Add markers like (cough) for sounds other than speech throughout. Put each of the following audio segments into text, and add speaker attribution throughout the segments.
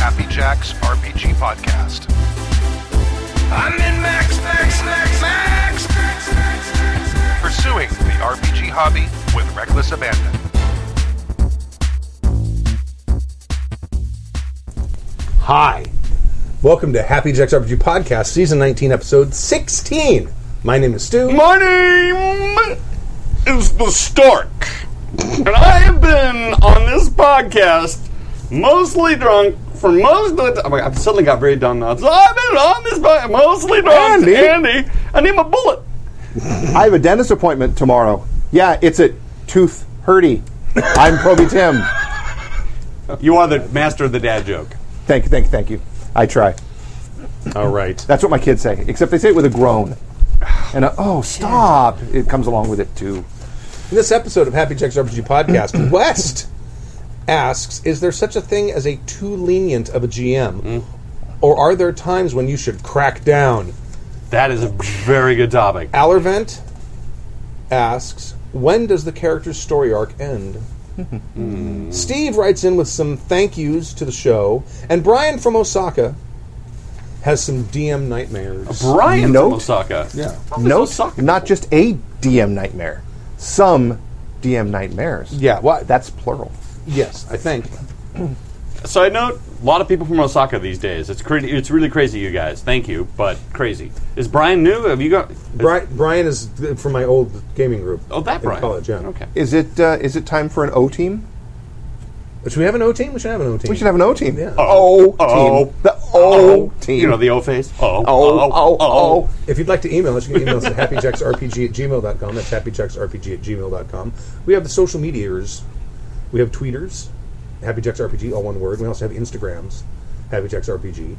Speaker 1: Max RPG Podcast. I'm in Max, Max, Max, Max, Max, Max, Max, Max. Pursuing the RPG hobby with reckless abandon.
Speaker 2: Hi. Welcome to Happy Jack's RPG Podcast, Season 19, Episode 16. My name is Stu.
Speaker 3: My name is the Stork, and I have been on this podcast mostly drunk for most of the time. Oh my God, I've suddenly got very dumb now. So I've been on this podcast mostly drunk.
Speaker 4: Andy?
Speaker 3: Andy, I need my bullet.
Speaker 4: I have a dentist appointment tomorrow. Yeah, it's at Tooth Hurdy. I'm Proby Tim.
Speaker 3: You are the master of the dad joke.
Speaker 4: Thank you, thank you, thank you. I try.
Speaker 3: All right.
Speaker 4: That's what my kids say, except they say it with a groan. And a, oh, stop! It comes along with it too.
Speaker 2: In this episode of Happy Jack's RPG
Speaker 3: (clears throat)
Speaker 2: Podcast, West asks Is there such a thing as a too lenient of a GM?
Speaker 3: Mm.
Speaker 2: Or are there times when you should crack down?
Speaker 3: That is a very good topic.
Speaker 2: Allervent asks When does the character's story arc
Speaker 3: (laughs)
Speaker 2: end?
Speaker 3: Hmm.
Speaker 2: Steve writes in with some thank yous to the show, and Brian from Osaka has some DM nightmares.
Speaker 3: Brian from
Speaker 4: Note?
Speaker 3: Osaka. Yeah.
Speaker 4: No, not just a DM nightmare. Some DM nightmares.
Speaker 2: Yeah, well,
Speaker 4: that's plural.
Speaker 2: Yes, I think.
Speaker 3: Side note: a lot of people from Osaka these days. It's cra- It's really crazy, you guys. Thank you, but crazy. Is Brian new? Have you got?
Speaker 2: Bri- Brian is th- from my old gaming group.
Speaker 3: Oh, that
Speaker 2: in
Speaker 3: Brian.
Speaker 2: College, yeah.
Speaker 3: Okay.
Speaker 4: Is it? Uh, is it time for an O team?
Speaker 2: Should we have an O team? We should have an O team.
Speaker 4: We should have an O team.
Speaker 2: Yeah.
Speaker 4: O
Speaker 3: Oh.
Speaker 4: team. The O team.
Speaker 3: You know the O face. Oh,
Speaker 4: O O O.
Speaker 2: If you'd like to email us, you can email us at happyjacksrpg at gmail.com. That's happyjacksrpg at gmail.com. We have the social medias. We have tweeters, happyjacksrpg, all one word. We also have Instagrams, happyjacksrpg.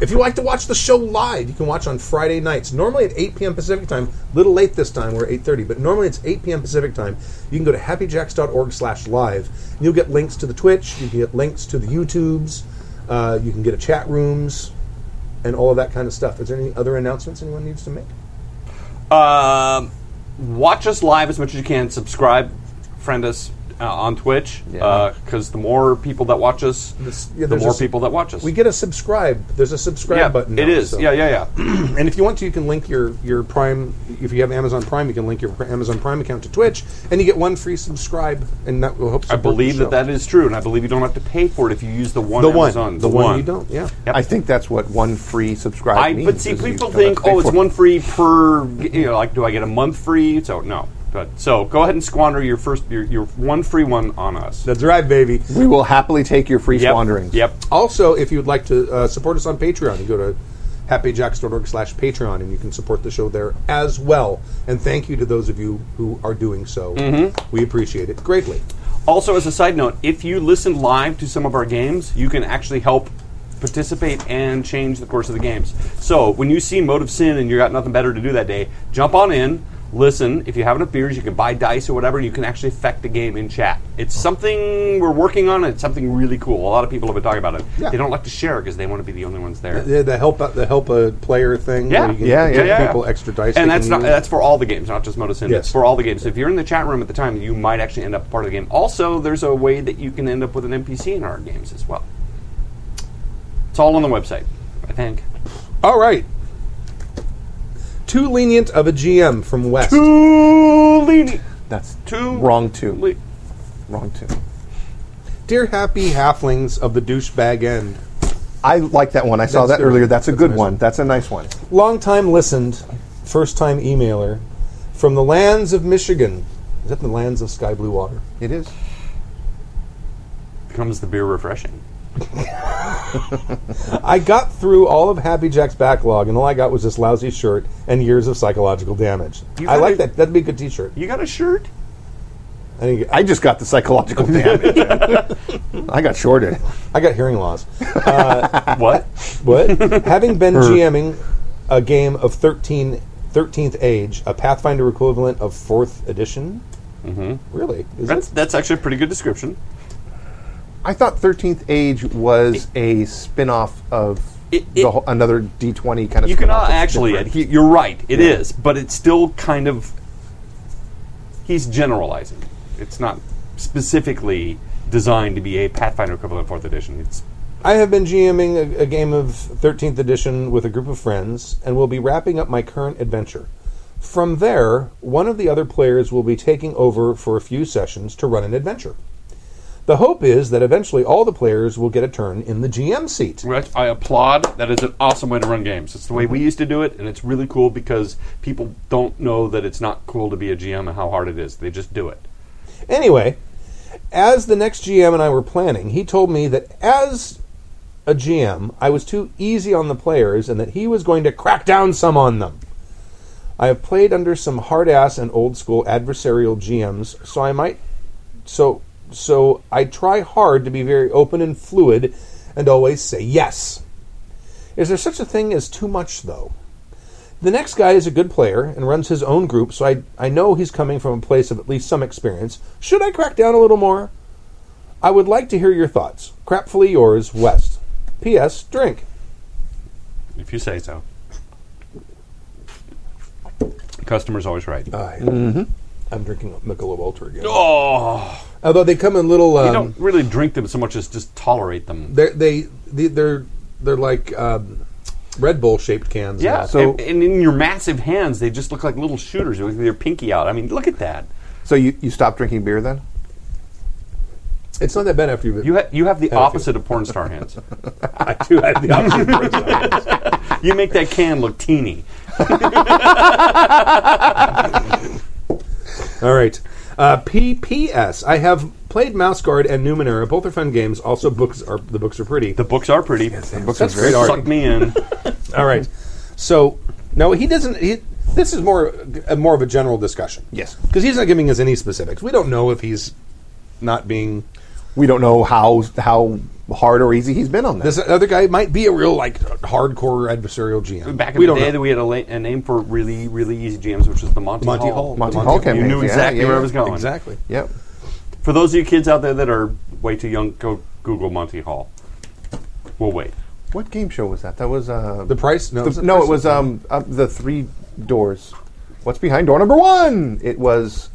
Speaker 2: If you like to watch the show live, you can watch on Friday nights. Normally at 8 p.m. Pacific time. A little late this time. We're 8.30. But normally it's 8 p.m. Pacific time. You can go to happyjacks.org slash live. and You'll get links to the Twitch. You can get links to the YouTubes. Uh, you can get a chat rooms and all of that kind of stuff. Is there any other announcements anyone needs to make?
Speaker 3: Um, watch us live as much as you can. Subscribe, friend us uh, on Twitch because the more people that watch us,
Speaker 2: This- yeah,
Speaker 3: the
Speaker 2: there's
Speaker 3: more
Speaker 2: a s-
Speaker 3: people that watch us.
Speaker 2: We get a subscribe. There's a subscribe
Speaker 3: yeah,
Speaker 2: button.
Speaker 3: it
Speaker 2: now,
Speaker 3: is.
Speaker 2: so-
Speaker 3: Yeah, yeah,
Speaker 2: (clears throat)
Speaker 3: yeah.
Speaker 2: And if you want to, you can link your your Prime. If you have Amazon Prime, you can link your pr- Amazon Prime account to Twitch, and you get one free subscribe, and that will help.
Speaker 3: I
Speaker 2: support the
Speaker 3: believe
Speaker 2: show.
Speaker 3: that that is true, and I believe you don't have to pay for it if you use the one.
Speaker 2: the one,
Speaker 3: Amazon,
Speaker 2: the one you don't. Yeah.
Speaker 4: I think that's what one free subscribe
Speaker 3: I
Speaker 4: means.
Speaker 3: but see,
Speaker 4: is you
Speaker 3: people
Speaker 4: don't have
Speaker 3: think,
Speaker 4: to pay
Speaker 3: oh, it's
Speaker 4: for it.
Speaker 3: one free per. You know, like, do I get a month free? So no. But so go ahead and squander your first your, your one free one on us.
Speaker 2: That's right, baby.
Speaker 4: We will happily take your free
Speaker 3: yep.
Speaker 4: squanderings.
Speaker 3: Yep.
Speaker 2: Also, if you'd like to uh, support us on Patreon, you go to happyjacks.org slash Patreon, and you can support the show there as well. And thank you to those of you who are doing so.
Speaker 3: Mm-hmm.
Speaker 2: We appreciate it greatly.
Speaker 3: Also, as a side note, if you listen live to some of our games, you can actually help participate and change the course of the games. So, when you see Mode of Sin and you got nothing better to do that day, jump on in, listen. If you have enough beers, you can buy dice or whatever, and you can actually affect the game in chat. It's something we're working on, and it's something really cool. A lot of people have been talking about it.
Speaker 2: Yeah.
Speaker 3: They don't like to share because they want to be the only ones there.
Speaker 2: The, the help the help a player thing.
Speaker 3: Yeah,
Speaker 2: where you can
Speaker 4: Yeah,
Speaker 2: give
Speaker 4: yeah, yeah.
Speaker 2: people extra dice.
Speaker 3: And
Speaker 2: they
Speaker 3: that's
Speaker 2: can
Speaker 3: not
Speaker 2: use.
Speaker 3: that's for all the games, not just Modus Sin.
Speaker 2: Yes.
Speaker 3: It's for all the games. So if you're in the chat room at the time, you might actually end up part of the game. Also, there's a way that you can end up with an NPC in our games as well. It's all on the website, I think.
Speaker 2: all right. Too lenient of a GM from West.
Speaker 3: Tulini.
Speaker 4: That's
Speaker 3: Two.
Speaker 4: wrong two. Wrong two.
Speaker 2: Dear happy halflings of the douchebag end,
Speaker 4: I like that one. I saw
Speaker 2: That's
Speaker 4: that
Speaker 2: good.
Speaker 4: earlier. That's a
Speaker 2: That's
Speaker 4: good
Speaker 2: nice.
Speaker 4: one. That's a nice one.
Speaker 2: long time listened, first time emailer, from the lands of Michigan. Is that the lands of sky blue water?
Speaker 4: It is.
Speaker 3: Becomes the beer refreshing.
Speaker 2: I got through all of Happy Jack's backlog, and all I got was this lousy shirt and years of psychological damage.
Speaker 3: You
Speaker 2: I like
Speaker 3: gotta-
Speaker 2: that. That'd be a good T-shirt.
Speaker 3: You got a shirt?
Speaker 2: I, didn't get-
Speaker 4: I just got the (laughs) psychological damage. I got shorted.
Speaker 2: I got hearing
Speaker 3: (laughs)
Speaker 2: loss. Uh,
Speaker 3: what?
Speaker 2: (laughs) What? Having been GMing a game of 13, 13th age, a Pathfinder equivalent of 4th edition? Mm-hmm. Really? Is
Speaker 3: That's
Speaker 2: it?
Speaker 3: that's actually a pretty good description.
Speaker 4: I thought Thirteenth Age was a spin off of
Speaker 3: It-
Speaker 4: the
Speaker 3: it-
Speaker 4: whole, another D twenty kind of.
Speaker 3: You can
Speaker 4: spin-off
Speaker 3: uh,
Speaker 4: that's
Speaker 3: actually.
Speaker 4: different.
Speaker 3: adhe- You're right. It is, but it's still kind of. He's generalizing. It's not specifically designed to be a Pathfinder equivalent fourth edition. It's
Speaker 2: I have been GMing a, a game of 13th edition with a group of friends and will be wrapping up my current adventure. From there, one of the other players will be taking over for a few sessions to run an adventure. The hope is that eventually all the players will get a turn in the GM seat.
Speaker 3: Rich, I applaud. That is an awesome way to run games. It's the way we used to do it, and it's really cool because people don't know that it's not cool to be a GM and how hard it is. They just do it.
Speaker 2: Anyway, as the next GM and I were planning, he told me that as a GM, I was too easy on the players and that he was going to crack down some on them. I have played under some hard ass and old school adversarial GMs, so I might so so I try hard to be very open and fluid and always say yes. Is there such a thing as too much though? The next guy is a good player and runs his own group, so I, I know he's coming from a place of at least some experience. Should I crack down a little more? I would like to hear your thoughts. Crapfully yours, West. P.S. Drink.
Speaker 3: If you say so. The customer's always right.
Speaker 2: I, I'm drinking Michelob Ultra again.
Speaker 3: oh,
Speaker 2: Although they come in little,
Speaker 3: you
Speaker 2: um,
Speaker 3: don't really drink them so much as just tolerate them.
Speaker 2: they're, they they they're they're like um, Red Bull shaped cans. now.
Speaker 3: Yeah,
Speaker 4: so-
Speaker 3: and, and in your massive hands, they just look like little shooters with their pinky out. I mean, look at that.
Speaker 4: So you, you stopped drinking beer then?
Speaker 2: it's not that bad after you've
Speaker 3: You, ha- you have the opposite of porn star hands. I do have the opposite of porn star hands. (laughs) You make that can look teeny.
Speaker 2: All right. Uh, PPS. I have played Mouse Guard and Numenera. Both are fun games. Also, books are the books are pretty.
Speaker 3: The books are pretty.
Speaker 4: Books
Speaker 2: That's
Speaker 4: are very
Speaker 2: great art.
Speaker 3: Suck me in.
Speaker 2: All right. So no, he doesn't. He, this is more uh, more of a general discussion.
Speaker 4: Yes.
Speaker 2: because he's not giving us any specifics. We don't know if he's not being.
Speaker 4: We don't know how how hard or easy he's been on that.
Speaker 2: This other guy might be a real like hardcore adversarial GM.
Speaker 3: Back in the
Speaker 2: we don't
Speaker 3: day,
Speaker 2: know.
Speaker 3: that we had a, la- a name for really, really easy GMs, which was the Monty,
Speaker 2: Monty Hall.
Speaker 3: Hall.
Speaker 4: Monty
Speaker 2: the
Speaker 4: Hall
Speaker 2: Monty-
Speaker 3: You
Speaker 4: campaign.
Speaker 3: knew
Speaker 4: yeah,
Speaker 3: exactly
Speaker 4: yeah,
Speaker 3: where I
Speaker 4: yeah.
Speaker 3: was going.
Speaker 2: exactly.
Speaker 4: Yep.
Speaker 3: For those of you kids out there that are way too young, go Google Monty Hall. We'll wait.
Speaker 4: What game show was that? That was uh,
Speaker 2: The price? No,
Speaker 4: the-
Speaker 2: it's a
Speaker 4: no,
Speaker 2: price
Speaker 4: it was um, uh, the three doors. What's behind door number one? It was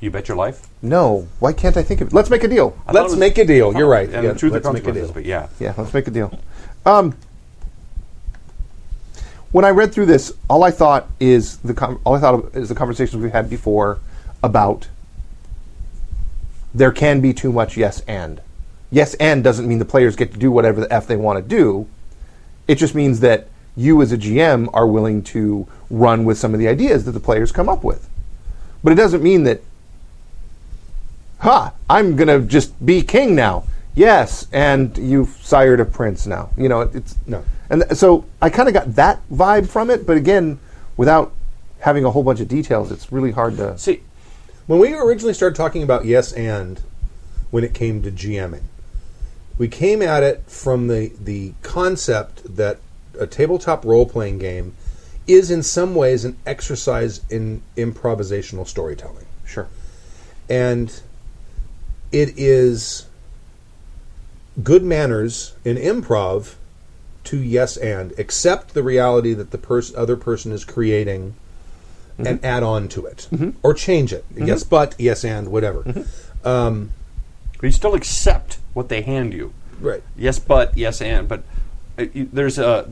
Speaker 3: You bet your life.
Speaker 4: no. Why can't I think of it? Let's make a deal.
Speaker 3: I thought it
Speaker 2: Let's
Speaker 3: was-
Speaker 2: make a deal. You're right.
Speaker 3: And
Speaker 2: Yeah,
Speaker 3: the truth
Speaker 2: let's
Speaker 3: are
Speaker 2: make a
Speaker 3: consequences,
Speaker 2: deal.
Speaker 3: but yeah.
Speaker 4: Yeah, let's make a deal. Um, when I read through this, all I thought is the com- all I thought of is the conversations we've had before about there can be too much yes and. Yes and doesn't mean the players get to do whatever the f they want to do. It just means that you as a GM are willing to run with some of the ideas that the players come up with. But it doesn't mean that ha, I'm going to just be king now. Yes, and you've sired a prince now. You know, it, it's
Speaker 2: No.
Speaker 4: And th- so I kind of got that vibe from it, but again, without having a whole bunch of details, it's really hard to.
Speaker 3: See,
Speaker 2: When we originally started talking about yes and when it came to GMing, we came at it from the, the concept that a tabletop role playing game is in some ways an exercise in improvisational storytelling.
Speaker 4: Sure.
Speaker 2: And it is good manners in improv to yes and accept the reality that the pers- other person is creating
Speaker 3: Mm-hmm.
Speaker 2: and add on to it or change it. Yes, but yes and whatever.
Speaker 3: Mm-hmm. you still accept what they hand you.
Speaker 2: Right.
Speaker 3: Yes, but yes, and but uh, you- there's a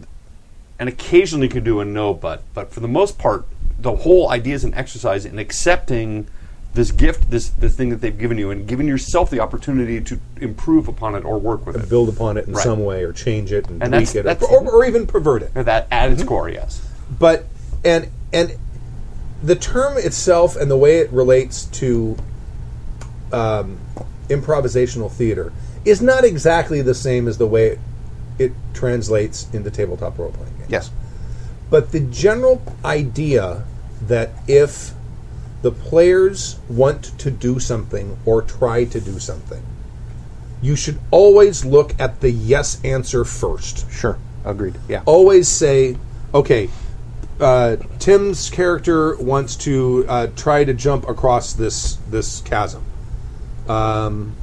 Speaker 3: an occasionally you can do a no, but but for the most part, the whole idea is an exercise in accepting this gift, this this thing that they've given you, and giving yourself the opportunity to improve upon it or work with it.
Speaker 2: Build upon it in
Speaker 3: Right.
Speaker 2: some way or change it and,
Speaker 3: And
Speaker 2: tweak
Speaker 3: that's-
Speaker 2: it
Speaker 3: that's-
Speaker 2: or, or, or even pervert it.
Speaker 3: Or that at its core, yes.
Speaker 2: But and and the term itself and the way it relates to um, improvisational theater is not exactly the same as the way it, it translates into tabletop role playing games.
Speaker 4: Yes.
Speaker 2: But the general idea that if the players want to do something or try to do something, you should always look at the yes answer first.
Speaker 4: Sure. Agreed. Yeah.
Speaker 2: Always say, okay, uh, Tim's character wants to uh, try to jump across this this chasm. Um,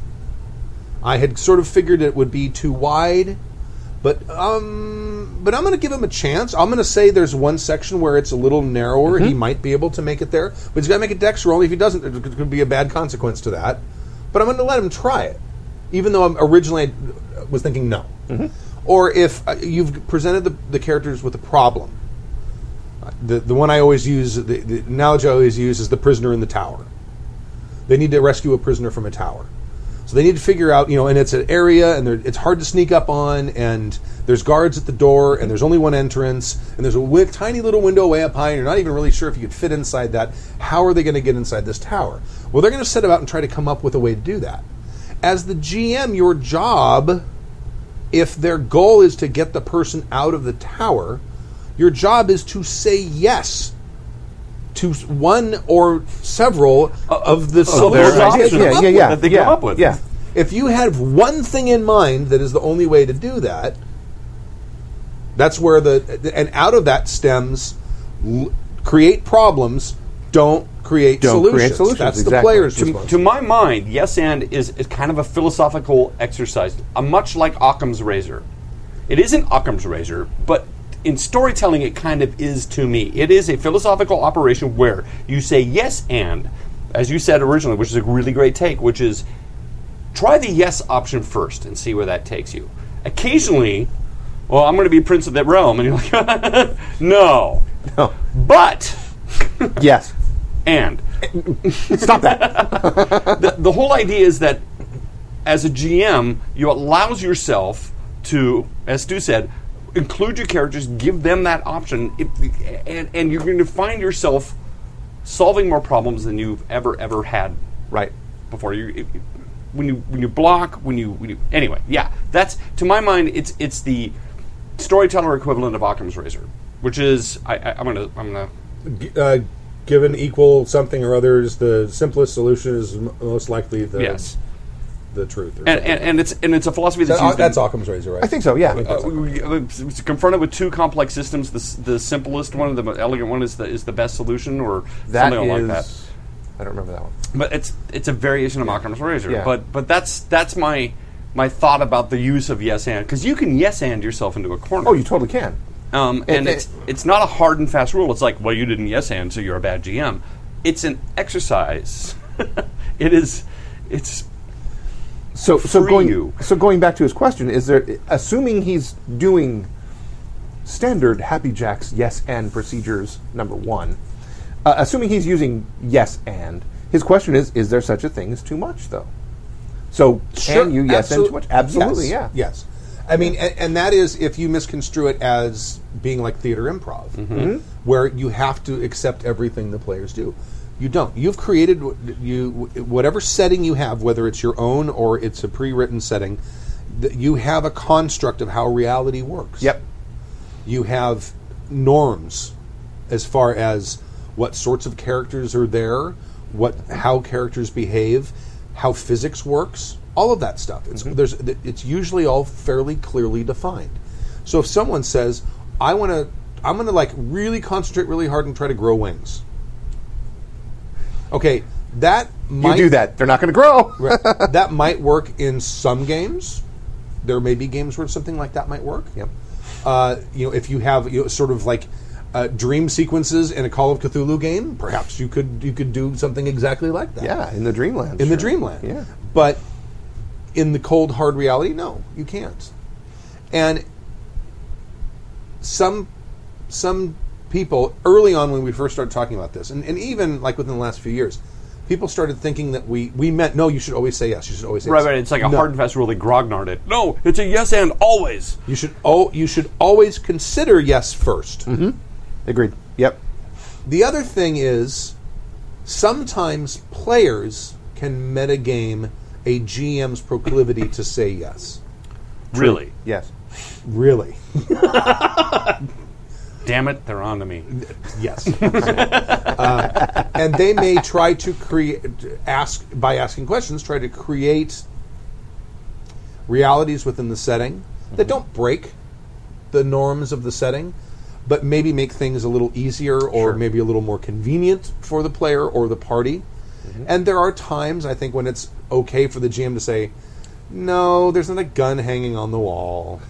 Speaker 2: I had sort of figured it would be too wide, but um, but I'm going to give him a chance. I'm going to say there's one section where it's a little narrower. He might be able to make it there, but he's got to make a dex roll. If he doesn't, it could be a bad consequence to that. But I'm going to let him try it, even though I'm originally I was thinking no. Or if uh, you've presented the, the characters with a problem. Uh, The, the one I always use, the, the analogy I always use is the prisoner in the tower. They need to rescue a prisoner from a tower. So they need to figure out, you know, and it's an area and they're- it's hard to sneak up on, and there's guards at the door, and there's only one entrance, and there's a wi- tiny little window way up high, and you're not even really sure if you could fit inside that. How are they going to get inside this tower? Well, they're going to set about and try to come up with a way to do that. As the GM, your job, if their goal is to get the person out of the tower, your job is to say yes to s- one or several of the
Speaker 3: their
Speaker 2: solutions.
Speaker 3: options.
Speaker 2: they come
Speaker 4: yeah,
Speaker 2: up
Speaker 4: yeah,
Speaker 2: with.
Speaker 4: yeah,
Speaker 3: that they
Speaker 4: yeah,
Speaker 3: come up with.
Speaker 4: Yeah,
Speaker 2: If you have one thing in mind that is the only way to do that, that's where the and out of that stems l- create problems, don't create
Speaker 4: Don't
Speaker 2: solutions.
Speaker 4: create solutions,
Speaker 2: That's the
Speaker 4: exactly.
Speaker 2: player's
Speaker 4: To-
Speaker 2: response.
Speaker 3: To my mind, yes and is, is kind of a philosophical exercise, uh, much like Occam's razor. It isn't Occam's razor, but in storytelling, it kind of is to me. It is a philosophical operation where you say yes and, as you said originally, which is a really great take, which is try the yes option first and see where that takes you. Occasionally, well, I'm going to be prince of the realm, and you're like, (laughs) no,
Speaker 4: No.
Speaker 3: but
Speaker 4: yes.
Speaker 3: and
Speaker 4: Stop that.
Speaker 3: the whole idea is that as a GM, you allows yourself to, as Stu said, include your characters, give them that option, if, and, and you're going to find yourself solving more problems than you've ever ever had
Speaker 4: (laughs) right.
Speaker 3: before you. if- if- when you when you block when you, when you anyway yeah that's to my mind it's it's the storyteller equivalent of Occam's razor which is I, I, I'm gonna I'm gonna
Speaker 2: G- uh, given equal something or other is the simplest solution is m- most likely the
Speaker 3: yes
Speaker 2: the truth. or
Speaker 3: and,
Speaker 2: something.
Speaker 3: and and it's and it's a philosophy that's
Speaker 2: That-
Speaker 3: used in-
Speaker 2: uh, that's Occam's razor, right?
Speaker 4: I think so. Yeah.
Speaker 3: Uh, we, we, uh, s- s- confronted with two complex systems, the, s- the simplest one, the mo- elegant one, is the is the best solution, or
Speaker 4: that
Speaker 3: something like
Speaker 4: is-
Speaker 3: that.
Speaker 4: I don't remember that one.
Speaker 3: But it's it's a variation of Occam's razor.
Speaker 4: Yeah.
Speaker 3: But but that's that's my my thought about the use of yes and because you can yes and yourself into a corner.
Speaker 4: Oh, you totally can.
Speaker 3: um, and,
Speaker 4: and-
Speaker 3: it's it's not a hard and fast rule. It's like well, you didn't yes and, so you're a bad GM. It's an exercise. (laughs) it is. It's
Speaker 4: So so
Speaker 3: Free
Speaker 4: going
Speaker 3: you.
Speaker 4: so going back to his question, is there assuming he's doing standard Happy Jacks yes and procedures number one, uh, assuming he's using yes and his question is is there such a thing as too much though? So can
Speaker 2: Sure,
Speaker 4: you yes and
Speaker 2: absolute-
Speaker 4: too much? Absolutely,
Speaker 2: yes,
Speaker 4: yeah.
Speaker 2: Yes. I mean, and, and that is if you misconstrue it as being like theater improv,
Speaker 4: Mm-hmm.
Speaker 2: Mm-hmm. where you have to accept everything the players do. You don't. You've created wh- you whatever setting you have, whether it's your own or it's a pre-written setting. th- You have a construct of how reality works
Speaker 4: Yep.
Speaker 2: you have norms as far as what sorts of characters are there, what how characters behave, how physics works, all of that stuff. It's
Speaker 4: Mm-hmm.
Speaker 2: there's th- it's usually all fairly clearly defined. So if someone says, "I want to I'm going to like really concentrate really hard and try to grow wings." Okay, that
Speaker 4: You
Speaker 2: might
Speaker 4: do that, they're not going to grow.
Speaker 2: Right. (laughs) that might work in some games. There may be games where something like that might work.
Speaker 4: Yep.
Speaker 2: Uh, you know, if you have you know, sort of like uh, dream sequences in a Call of Cthulhu game, perhaps you could you could do something exactly like that.
Speaker 4: Yeah, in the dreamland.
Speaker 2: in the
Speaker 4: sure.
Speaker 2: dreamland.
Speaker 4: Yeah.
Speaker 2: But in the cold hard reality, no, you can't. And some some people early on when we first started talking about this, and, and even like within the last few years, people started thinking that we we meant no, you should always say yes, you should always say
Speaker 3: right,
Speaker 2: yes.
Speaker 3: right. It's like a
Speaker 2: No.
Speaker 3: hard and fast rule. They grognard it. No, it's a yes and always.
Speaker 2: You should oh you should always consider yes 1st
Speaker 4: Mm-hmm. Agreed. Yep.
Speaker 2: The other thing is sometimes players can metagame a GM's proclivity to say yes.
Speaker 3: Really.
Speaker 4: Yes.
Speaker 2: Really?
Speaker 3: Damn it, they're on to me.
Speaker 2: Yes. (laughs) Uh, and they may try to create, ask by asking questions, try to create realities within the setting that don't break the norms of the setting, but maybe make things a little easier or maybe a little more convenient for the player or the party. And there are times I think when it's okay for the GM to say, "No, there's not a gun hanging on the wall."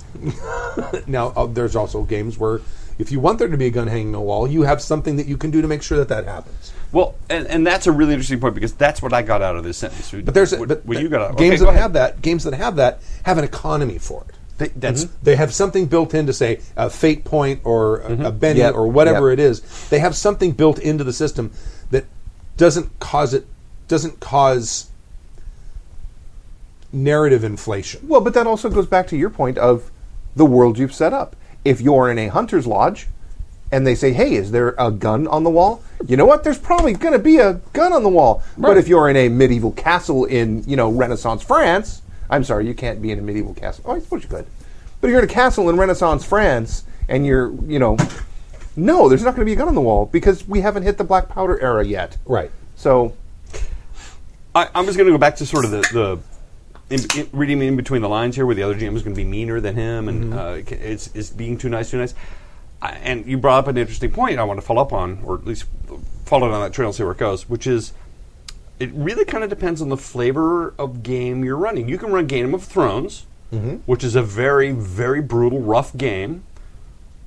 Speaker 2: now, uh, there's also games where if you want there to be a gun hanging on the wall, you have something that you can do to make sure that that happens.
Speaker 3: Well, and, and that's a really interesting point because that's what I got out of this sentence.
Speaker 2: But there's
Speaker 3: what,
Speaker 2: but
Speaker 3: what you got out.
Speaker 2: games
Speaker 3: okay, go
Speaker 2: that
Speaker 3: ahead.
Speaker 2: have that. Games that have that have an economy for it.
Speaker 3: Th- that's
Speaker 2: They have something built in to say a fate point or uh, a, a bending
Speaker 4: Yep,
Speaker 2: or whatever
Speaker 4: yep.
Speaker 2: it is. They have something built into the system that doesn't cause it doesn't cause narrative inflation.
Speaker 4: Well, but that also goes back to your point of the world you've set up. If you're in a hunter's lodge and they say, hey, is there a gun on the wall? You know what? There's probably going to be a gun on the wall. But if you're in a medieval castle in, you know, Renaissance France, I'm sorry, you can't be in a medieval castle. Oh, I suppose you could. But if you're in a castle in Renaissance France and you're, you know, no, there's not going to be a gun on the wall because we haven't hit the black powder era yet.
Speaker 2: Right.
Speaker 4: So,
Speaker 3: I, I'm just going to go back to sort of the, the in, in- reading in between the lines here, where the other GM is going to be meaner than him, and
Speaker 2: Mm-hmm.
Speaker 3: uh, c- it's, it's being too nice, too nice. I, and you brought up an interesting point I want to follow up on, or at least follow down that trail and see where it goes, which is it really kind of depends on the flavor of game you're running. You can run Game of Thrones,
Speaker 2: Mm-hmm.
Speaker 3: which is a very, very brutal, rough game,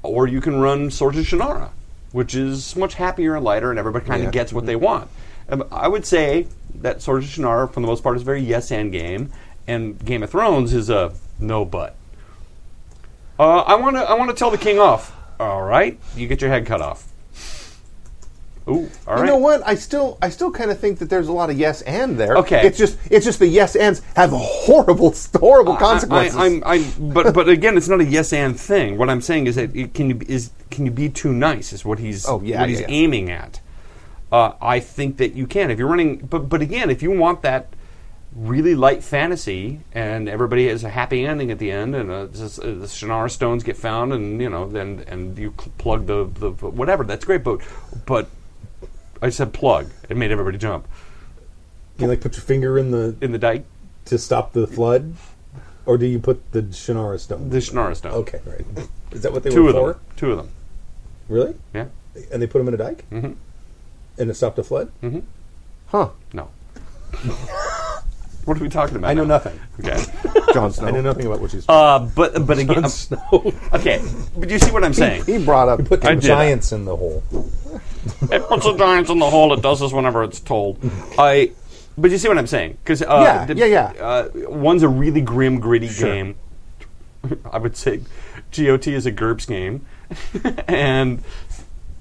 Speaker 3: or you can run Swords of Shannara, which is much happier and lighter, and everybody kind of
Speaker 4: Yeah.
Speaker 3: gets what they want. Um, I would say that Swords of Shannara, for the most part, is a very yes and game, and Game of Thrones is a no but. Uh, I want to I want to tell the king off. All right, you get your head cut off. Ooh, all right.
Speaker 4: You know what? I still, I still kind of think that there's a lot of yes and there.
Speaker 3: Okay.
Speaker 4: It's just, it's just the yes ands have horrible, horrible consequences.
Speaker 3: I, am I'm, but but again, it's not a yes and thing. What I'm saying is that it can you be- is can you be too nice? Is what he's
Speaker 4: Oh, yeah,
Speaker 3: what
Speaker 4: yeah,
Speaker 3: he's
Speaker 4: yeah.
Speaker 3: aiming at. Uh, I think that you can if you're running. But but again, if you want that really light fantasy and everybody has a happy ending at the end and uh, just, uh, the Shannara stones get found and you know then and you cl- plug the, the whatever that's great. But but I said plug. It made everybody jump
Speaker 2: You like put your finger in the
Speaker 3: in the dike.
Speaker 2: to stop the flood, or do you put the Shannara stone?
Speaker 3: The Shannara stone.
Speaker 2: okay,
Speaker 3: (laughs)
Speaker 2: right. Is that what they
Speaker 3: two
Speaker 2: were
Speaker 3: of
Speaker 2: for?
Speaker 3: them. Two of them.
Speaker 2: Really?
Speaker 3: Yeah.
Speaker 2: And they put them in a dike, mm-hmm. and it stopped the flood.
Speaker 3: Mm-hmm.
Speaker 4: huh?
Speaker 3: No. what are we talking about?
Speaker 2: I know
Speaker 3: now?
Speaker 2: nothing.
Speaker 3: Okay.
Speaker 4: John
Speaker 2: I know
Speaker 4: Snow.
Speaker 2: nothing about what she's.
Speaker 3: Uh, but but again, um,
Speaker 2: Snow.
Speaker 3: okay. But you see what I'm saying?
Speaker 4: He brought up.
Speaker 2: Put
Speaker 3: I
Speaker 2: the
Speaker 3: did.
Speaker 2: giants in the hole.
Speaker 3: it puts the giants in the hole. It does this whenever it's told. I. But you see what I'm saying? Because uh,
Speaker 4: Yeah,
Speaker 3: the-
Speaker 4: yeah, yeah.
Speaker 3: Uh, one's a really grim, gritty game. (laughs) I would say, GOT is a GURPS game, (laughs) and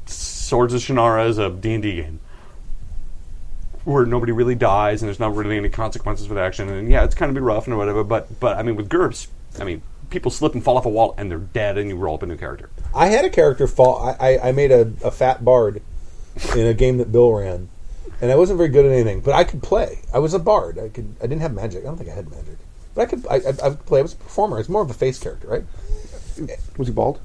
Speaker 3: Swords of Shannara is a D and D game. where nobody really dies and there's not really any consequences for the action. And yeah, it's kind of be rough and whatever. But but I mean, with GURPS, I mean, people slip and fall off a wall and they're dead, and you roll up a new character.
Speaker 2: I had a character fall. I, I, I made a, a fat bard in a game that Bill ran, and I wasn't very good at anything, but I could play. I was a bard. I could. I didn't have magic. I don't think I had magic, but I could. I, I, I could play. I was a performer. I was more of a face character, right?
Speaker 4: Was he bald?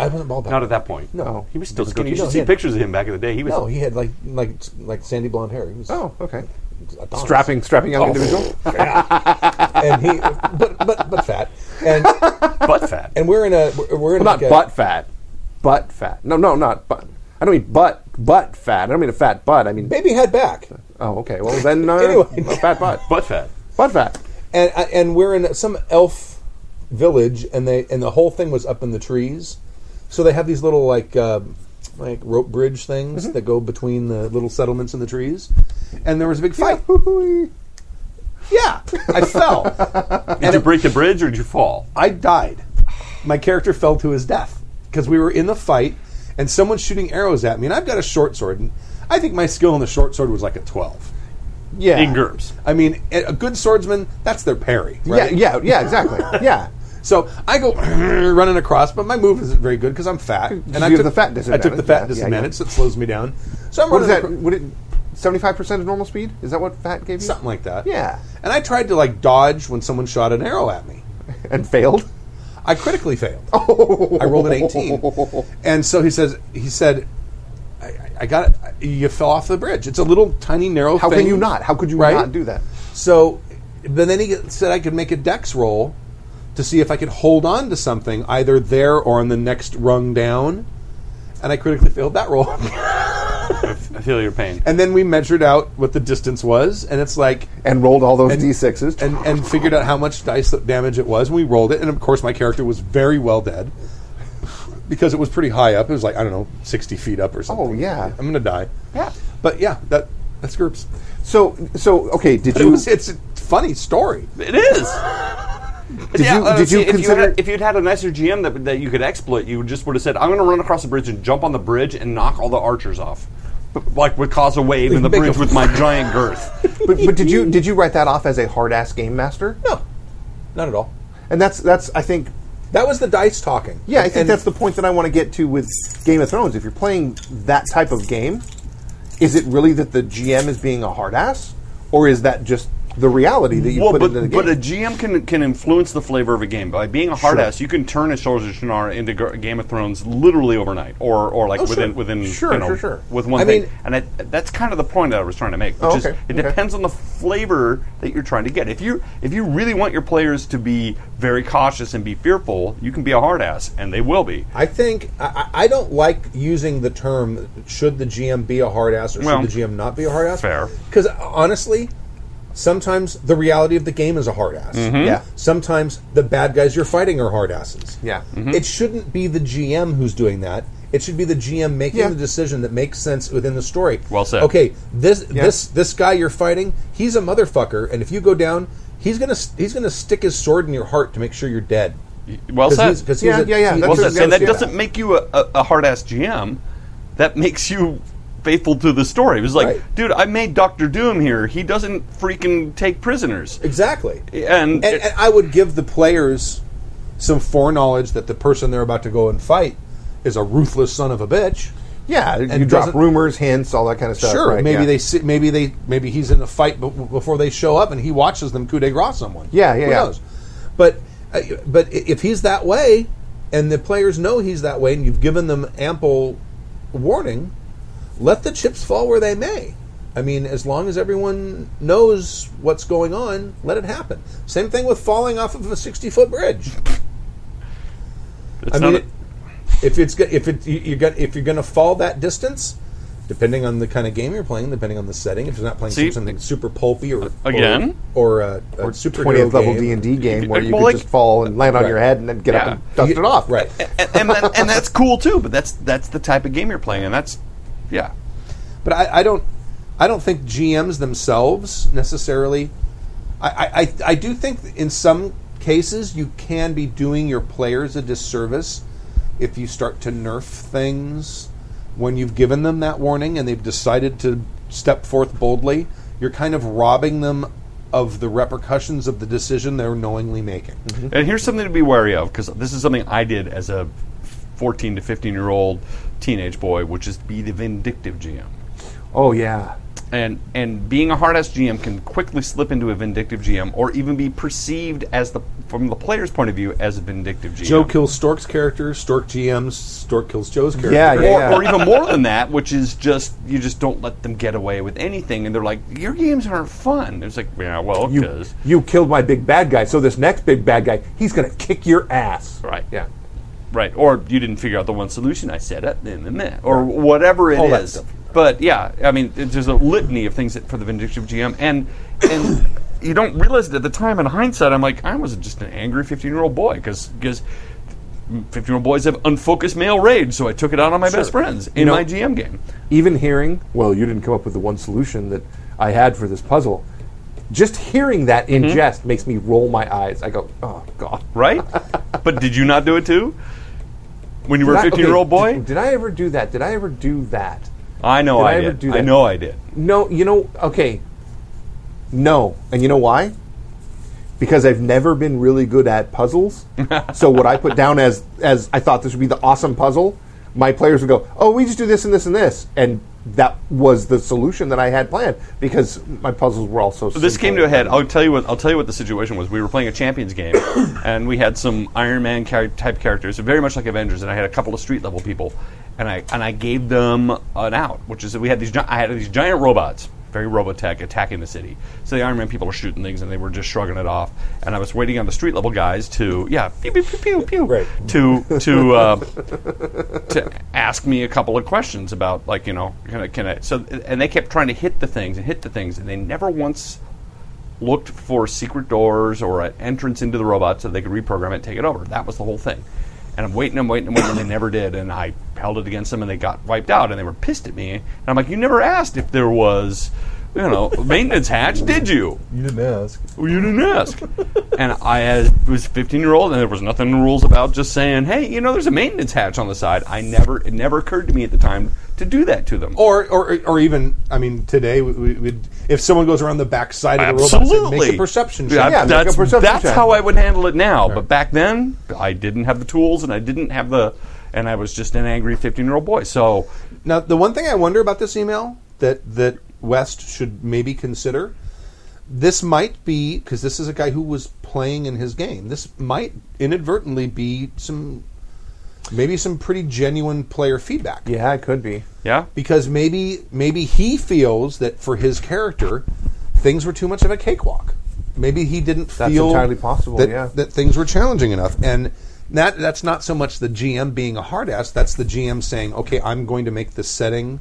Speaker 2: I wasn't bald. back
Speaker 3: Not
Speaker 2: then.
Speaker 3: at that point.
Speaker 4: No.
Speaker 3: he was still
Speaker 4: Because
Speaker 3: skinny. You
Speaker 2: no,
Speaker 3: should
Speaker 2: he
Speaker 3: see
Speaker 2: had-
Speaker 3: pictures of him back in the day. He was
Speaker 2: No, he had like like like sandy blonde hair. He was
Speaker 4: Oh, okay.
Speaker 2: Adonis.
Speaker 4: Strapping, strapping young (laughs) individual.
Speaker 2: and he but but but fat
Speaker 3: (laughs)
Speaker 2: and
Speaker 3: butt fat.
Speaker 2: and we're in a we're, we're in
Speaker 4: Well,
Speaker 2: like
Speaker 4: not
Speaker 2: a-
Speaker 4: butt fat. Butt fat. No, no, not butt. I don't mean butt, butt fat. I don't mean a fat butt. I mean.
Speaker 2: baby head back.
Speaker 4: Oh, okay. Well, (laughs) then uh,
Speaker 2: Anyway.
Speaker 4: a fat butt.
Speaker 3: butt fat.
Speaker 4: Butt fat.
Speaker 2: and I- and we're in some elf village, and they and the whole thing was up in the trees. So they have these little like um like rope bridge things
Speaker 4: Mm-hmm.
Speaker 2: that go between the little settlements and the trees. And there was a big fight. Yeah, I fell.
Speaker 4: Uh,
Speaker 3: Did you break the bridge or did you fall?
Speaker 2: I died. My character fell to his death because we were in the fight, and someone's shooting arrows at me, and I've got a short sword. And I think my skill in the short sword was like a twelve.
Speaker 4: Yeah.
Speaker 3: In GURPS.
Speaker 2: I mean, a a good swordsman, that's their parry. Right?
Speaker 4: Yeah, yeah, yeah. (laughs) Exactly. Yeah.
Speaker 2: So I go (clears throat) running across, but my move isn't very good because I'm fat. And I
Speaker 4: you
Speaker 2: took
Speaker 4: have the fat
Speaker 2: I took the
Speaker 4: disadvantage.
Speaker 2: fat
Speaker 4: Yeah, yeah,
Speaker 2: disadvantage,
Speaker 4: yeah.
Speaker 2: so it slows me down. So I'm
Speaker 4: What
Speaker 2: running
Speaker 4: is that?
Speaker 2: acro-
Speaker 4: Would it? Seventy-five percent of normal speed? Is that what fat gave you?
Speaker 2: something like that.
Speaker 4: Yeah.
Speaker 2: And I tried to like dodge when someone shot an arrow at me.
Speaker 4: And failed.
Speaker 2: I critically
Speaker 4: (laughs)
Speaker 2: failed.
Speaker 4: Oh.
Speaker 2: I rolled an 18. And so he says, he said, I- I, I got it. You fell off the bridge. It's a little tiny narrow.
Speaker 4: How
Speaker 2: thing,
Speaker 4: can you not? How could you
Speaker 2: right?
Speaker 4: not do that?
Speaker 2: So, but then he said I could make a dex roll to see if I could hold on to something either there or on the next rung down, and I critically failed that roll. (laughs)
Speaker 3: I feel your pain.
Speaker 2: and then we measured out what the distance was, and it's like
Speaker 4: And rolled all those d6s.
Speaker 2: and and figured out how much dice damage it was, and we rolled it, and of course my character was very well dead (laughs) because it was pretty high up. It was like I don't know, sixty feet up or something.
Speaker 4: Oh, yeah.
Speaker 2: I'm gonna die.
Speaker 4: Yeah.
Speaker 2: but yeah, that that's groups.
Speaker 4: so so okay. Did
Speaker 2: But it
Speaker 4: you?
Speaker 2: was, it's a funny story.
Speaker 3: It is.
Speaker 4: Did
Speaker 3: yeah,
Speaker 4: you
Speaker 3: uh,
Speaker 4: did
Speaker 3: see,
Speaker 4: you
Speaker 3: if
Speaker 4: consider?
Speaker 3: you had, if you'd had a nicer GM that, that you could exploit, you just would have said, "I'm going to run across the bridge and jump on the bridge and knock all the archers off." B- Like would cause a wave in the
Speaker 2: Make
Speaker 3: bridge
Speaker 2: a-
Speaker 3: with my giant girth.
Speaker 4: but, but did you did you write that off as a hard ass game master?
Speaker 2: No, not at all.
Speaker 4: And that's that's I think
Speaker 2: That was the dice talking.
Speaker 4: yeah I think
Speaker 2: And-
Speaker 4: that's the point that I want to get to with Game of Thrones. If you're playing that type of game, is it really that the GM is being a hard ass, or is that just the reality that you
Speaker 3: well,
Speaker 4: put
Speaker 3: but,
Speaker 4: into the game?
Speaker 3: but a GM can can influence the flavor of a game by being a hard ass. You can turn a Shores of Shinar into G- Game of Thrones literally overnight, or or like
Speaker 2: Oh,
Speaker 3: within
Speaker 2: sure.
Speaker 3: within
Speaker 4: Sure,
Speaker 3: you know,
Speaker 4: sure, sure.
Speaker 3: with one
Speaker 2: I
Speaker 3: thing.
Speaker 2: mean-
Speaker 3: and I, that's kind of the point that I was trying to make, which
Speaker 4: Oh,
Speaker 3: is
Speaker 4: okay,
Speaker 3: it
Speaker 4: okay.
Speaker 3: depends on the flavor that you're trying to get. If you if you really want your players to be very cautious and be fearful, you can be a hard ass, and they will be.
Speaker 2: I think I, I I don't like using the term "should the GM be a hard ass" or
Speaker 3: Well,
Speaker 2: "should the GM not be a hard ass."
Speaker 3: fair.
Speaker 2: because honestly, sometimes the reality of the game is a hard ass.
Speaker 3: Mm-hmm.
Speaker 4: yeah,
Speaker 2: Sometimes the bad guys you're fighting are hard asses.
Speaker 4: yeah.
Speaker 3: Mm-hmm.
Speaker 2: It shouldn't be the GM who's doing that. It should be the GM making
Speaker 4: Yeah.
Speaker 2: the decision that makes sense within the story.
Speaker 3: Well said.
Speaker 2: Okay, this
Speaker 4: Yeah.
Speaker 2: this this guy you're fighting, he's a motherfucker, and if you go down, he's gonna he's gonna stick his sword in your heart to make sure you're dead.
Speaker 3: Well
Speaker 2: 'Cause
Speaker 3: said.
Speaker 2: he's- 'cause he's
Speaker 4: Yeah,
Speaker 2: a-
Speaker 4: yeah, yeah,
Speaker 2: he-
Speaker 4: that's
Speaker 3: well
Speaker 4: That's
Speaker 3: said.
Speaker 4: exactly
Speaker 3: And that
Speaker 4: what-
Speaker 3: doesn't make you a, a, a hard ass GM. That makes you faithful to the story. It was like,
Speaker 2: Right.
Speaker 3: dude, I made Doctor Doom here. He doesn't freaking take prisoners.
Speaker 2: Exactly.
Speaker 3: And,
Speaker 2: and, and I would give the players some foreknowledge that the person they're about to go and fight is a ruthless son of a bitch.
Speaker 4: Yeah, you
Speaker 2: doesn't-
Speaker 4: drop rumors, hints, all that kind of stuff.
Speaker 2: sure,
Speaker 4: right,
Speaker 2: maybe
Speaker 4: yeah.
Speaker 2: they sit, maybe they maybe he's in a fight b- before they show up, and he watches them coup de grace someone.
Speaker 4: Yeah, yeah,
Speaker 2: Who
Speaker 4: yeah.
Speaker 2: knows? But uh, but i- if he's that way, and the players know he's that way, and you've given them ample warning, let the chips fall where they may. I mean, as long as everyone knows what's going on, let it happen. Same thing with falling off of a sixty-foot bridge.
Speaker 3: it's
Speaker 2: I
Speaker 3: not
Speaker 2: mean,
Speaker 3: a-
Speaker 2: if it's go- if it you- you're gonna if you're gonna fall that distance, depending on the kind of game you're playing, depending on the setting, if you're not playing
Speaker 3: See?
Speaker 2: something super pulpy or
Speaker 3: Again?
Speaker 2: or, or a, a super
Speaker 4: twentieth level
Speaker 3: (laughs)
Speaker 4: D and D game where you
Speaker 3: well,
Speaker 4: could
Speaker 3: like-
Speaker 4: just fall and land on your head and then get
Speaker 3: Yeah.
Speaker 4: up and dust it off.
Speaker 2: right?
Speaker 3: and, and, that- and that's cool too. But that's that's the type of game you're playing, and that's yeah.
Speaker 2: But I, I don't I don't think GMs themselves necessarily. I, I- I I do think in some cases you can be doing your players a disservice if you start to nerf things when you've given them that warning and they've decided to step forth boldly. You're kind of robbing them of the repercussions of the decision they're knowingly making.
Speaker 4: Mm-hmm.
Speaker 3: And here's something to be wary of because this is something I did as a 14 to 15 year old teenage boy, which is be the vindictive GM.
Speaker 4: Oh yeah.
Speaker 3: and and being a hard ass GM can quickly slip into a vindictive GM, or even be perceived as the from the player's point of view as a vindictive GM.
Speaker 2: Joe kills Stork's character. Stork GMs. Stork kills Joe's character.
Speaker 4: Yeah,
Speaker 3: or,
Speaker 4: yeah, yeah.
Speaker 3: or even more than that, which is just you just don't let them get away with anything, and they're like, "Your games aren't fun." It's like, yeah, well,
Speaker 4: You
Speaker 3: because
Speaker 4: you killed my big bad guy, so this next big bad guy, he's gonna kick your ass.
Speaker 3: Right.
Speaker 4: Yeah.
Speaker 3: right, or you didn't figure out the one solution I said, uh, meh, meh, meh, or whatever it is.
Speaker 2: All that stuff.
Speaker 3: But yeah, I mean, it- there's a litany of things that, for the vindictive GM, and and (coughs) you don't realize it at the time. In hindsight, I'm like, I was just an angry 15 year old boy because 15 year old boys have unfocused male rage, so I took it out on my best friends in
Speaker 4: know-
Speaker 3: my GM game.
Speaker 4: Even hearing, well, you didn't come up with the one solution that I had for this puzzle. Just hearing that
Speaker 3: Mm-hmm.
Speaker 4: in jest makes me roll my eyes. I go, oh god. (laughs)
Speaker 3: right? but did you not do it too? When you were a
Speaker 4: Did I-
Speaker 3: 15 year old
Speaker 4: okay,
Speaker 3: boy?
Speaker 4: Did, did I ever do that? Did I ever do that?
Speaker 3: I know
Speaker 4: did
Speaker 3: I,
Speaker 4: I ever
Speaker 3: did.
Speaker 4: do
Speaker 3: I
Speaker 4: that?
Speaker 3: know I did.
Speaker 4: No, you know, okay. No. And you know why? Because I've never been really good
Speaker 3: (laughs)
Speaker 4: at puzzles. so what I put down as as I thought this would be the awesome puzzle, my players would go, "Oh, we just do this and this and this." And that was the solution that I had planned because my puzzles were all so
Speaker 3: This
Speaker 4: simple.
Speaker 3: came to a head. I'll tell you what. I'll tell you what the situation was. We were playing a champions game, and we had some Iron Man char- type characters, very much like Avengers. And I had a couple of street level people, and I and I gave them an out, which is that we had these. gi- I had these giant robots, very Robotech, attacking the city. So the Iron Man people were shooting things, and they were just shrugging it off. And I was waiting on the street level guys to, yeah, pew pew pew pew, pew
Speaker 2: Right.
Speaker 3: to to uh, to ask me a couple of questions about like you know can I, can I so and they kept trying to hit the things and hit the things and they never once looked for secret doors or an entrance into the robot so they could reprogram it and take it over that was the whole thing and I'm waiting I'm waiting and waiting and they never did and I held it against them and they got wiped out and they were pissed at me and I'm like you never asked if there was you know, maintenance hatch, did you?
Speaker 5: You didn't ask.
Speaker 3: Well, you didn't ask. and I had, was 15 year old, and there was nothing in the rules about just saying, hey, you know, there's a maintenance hatch on the side. I never, it never occurred to me at the time to do that to them.
Speaker 2: Or, or, or even, I mean, today, we, we, would if someone goes around the back side of the robot, it
Speaker 3: Absolutely.
Speaker 2: makes a perception check.
Speaker 3: Yeah,
Speaker 4: Yeah, make a
Speaker 3: that's
Speaker 4: perception
Speaker 3: that's
Speaker 4: check.
Speaker 3: how I would handle it now. But back then, I didn't have the tools, and I didn't have the, and I was just an angry 15 year old boy. So
Speaker 2: Now, the one thing I wonder about this email that that West should maybe consider, this might be because this is a guy who was playing in his game. This might inadvertently be some, maybe some pretty genuine player feedback.
Speaker 4: Yeah, it could be.
Speaker 3: yeah,
Speaker 2: Because maybe maybe he feels that for his character, things were too much of a cakewalk. Maybe he didn't
Speaker 4: That's
Speaker 2: feel
Speaker 4: entirely possible,
Speaker 2: That,
Speaker 4: yeah.
Speaker 2: that things were challenging enough and. That, that's not so much the GM being a hard ass. That's the GM saying, "Okay, I'm going to make this setting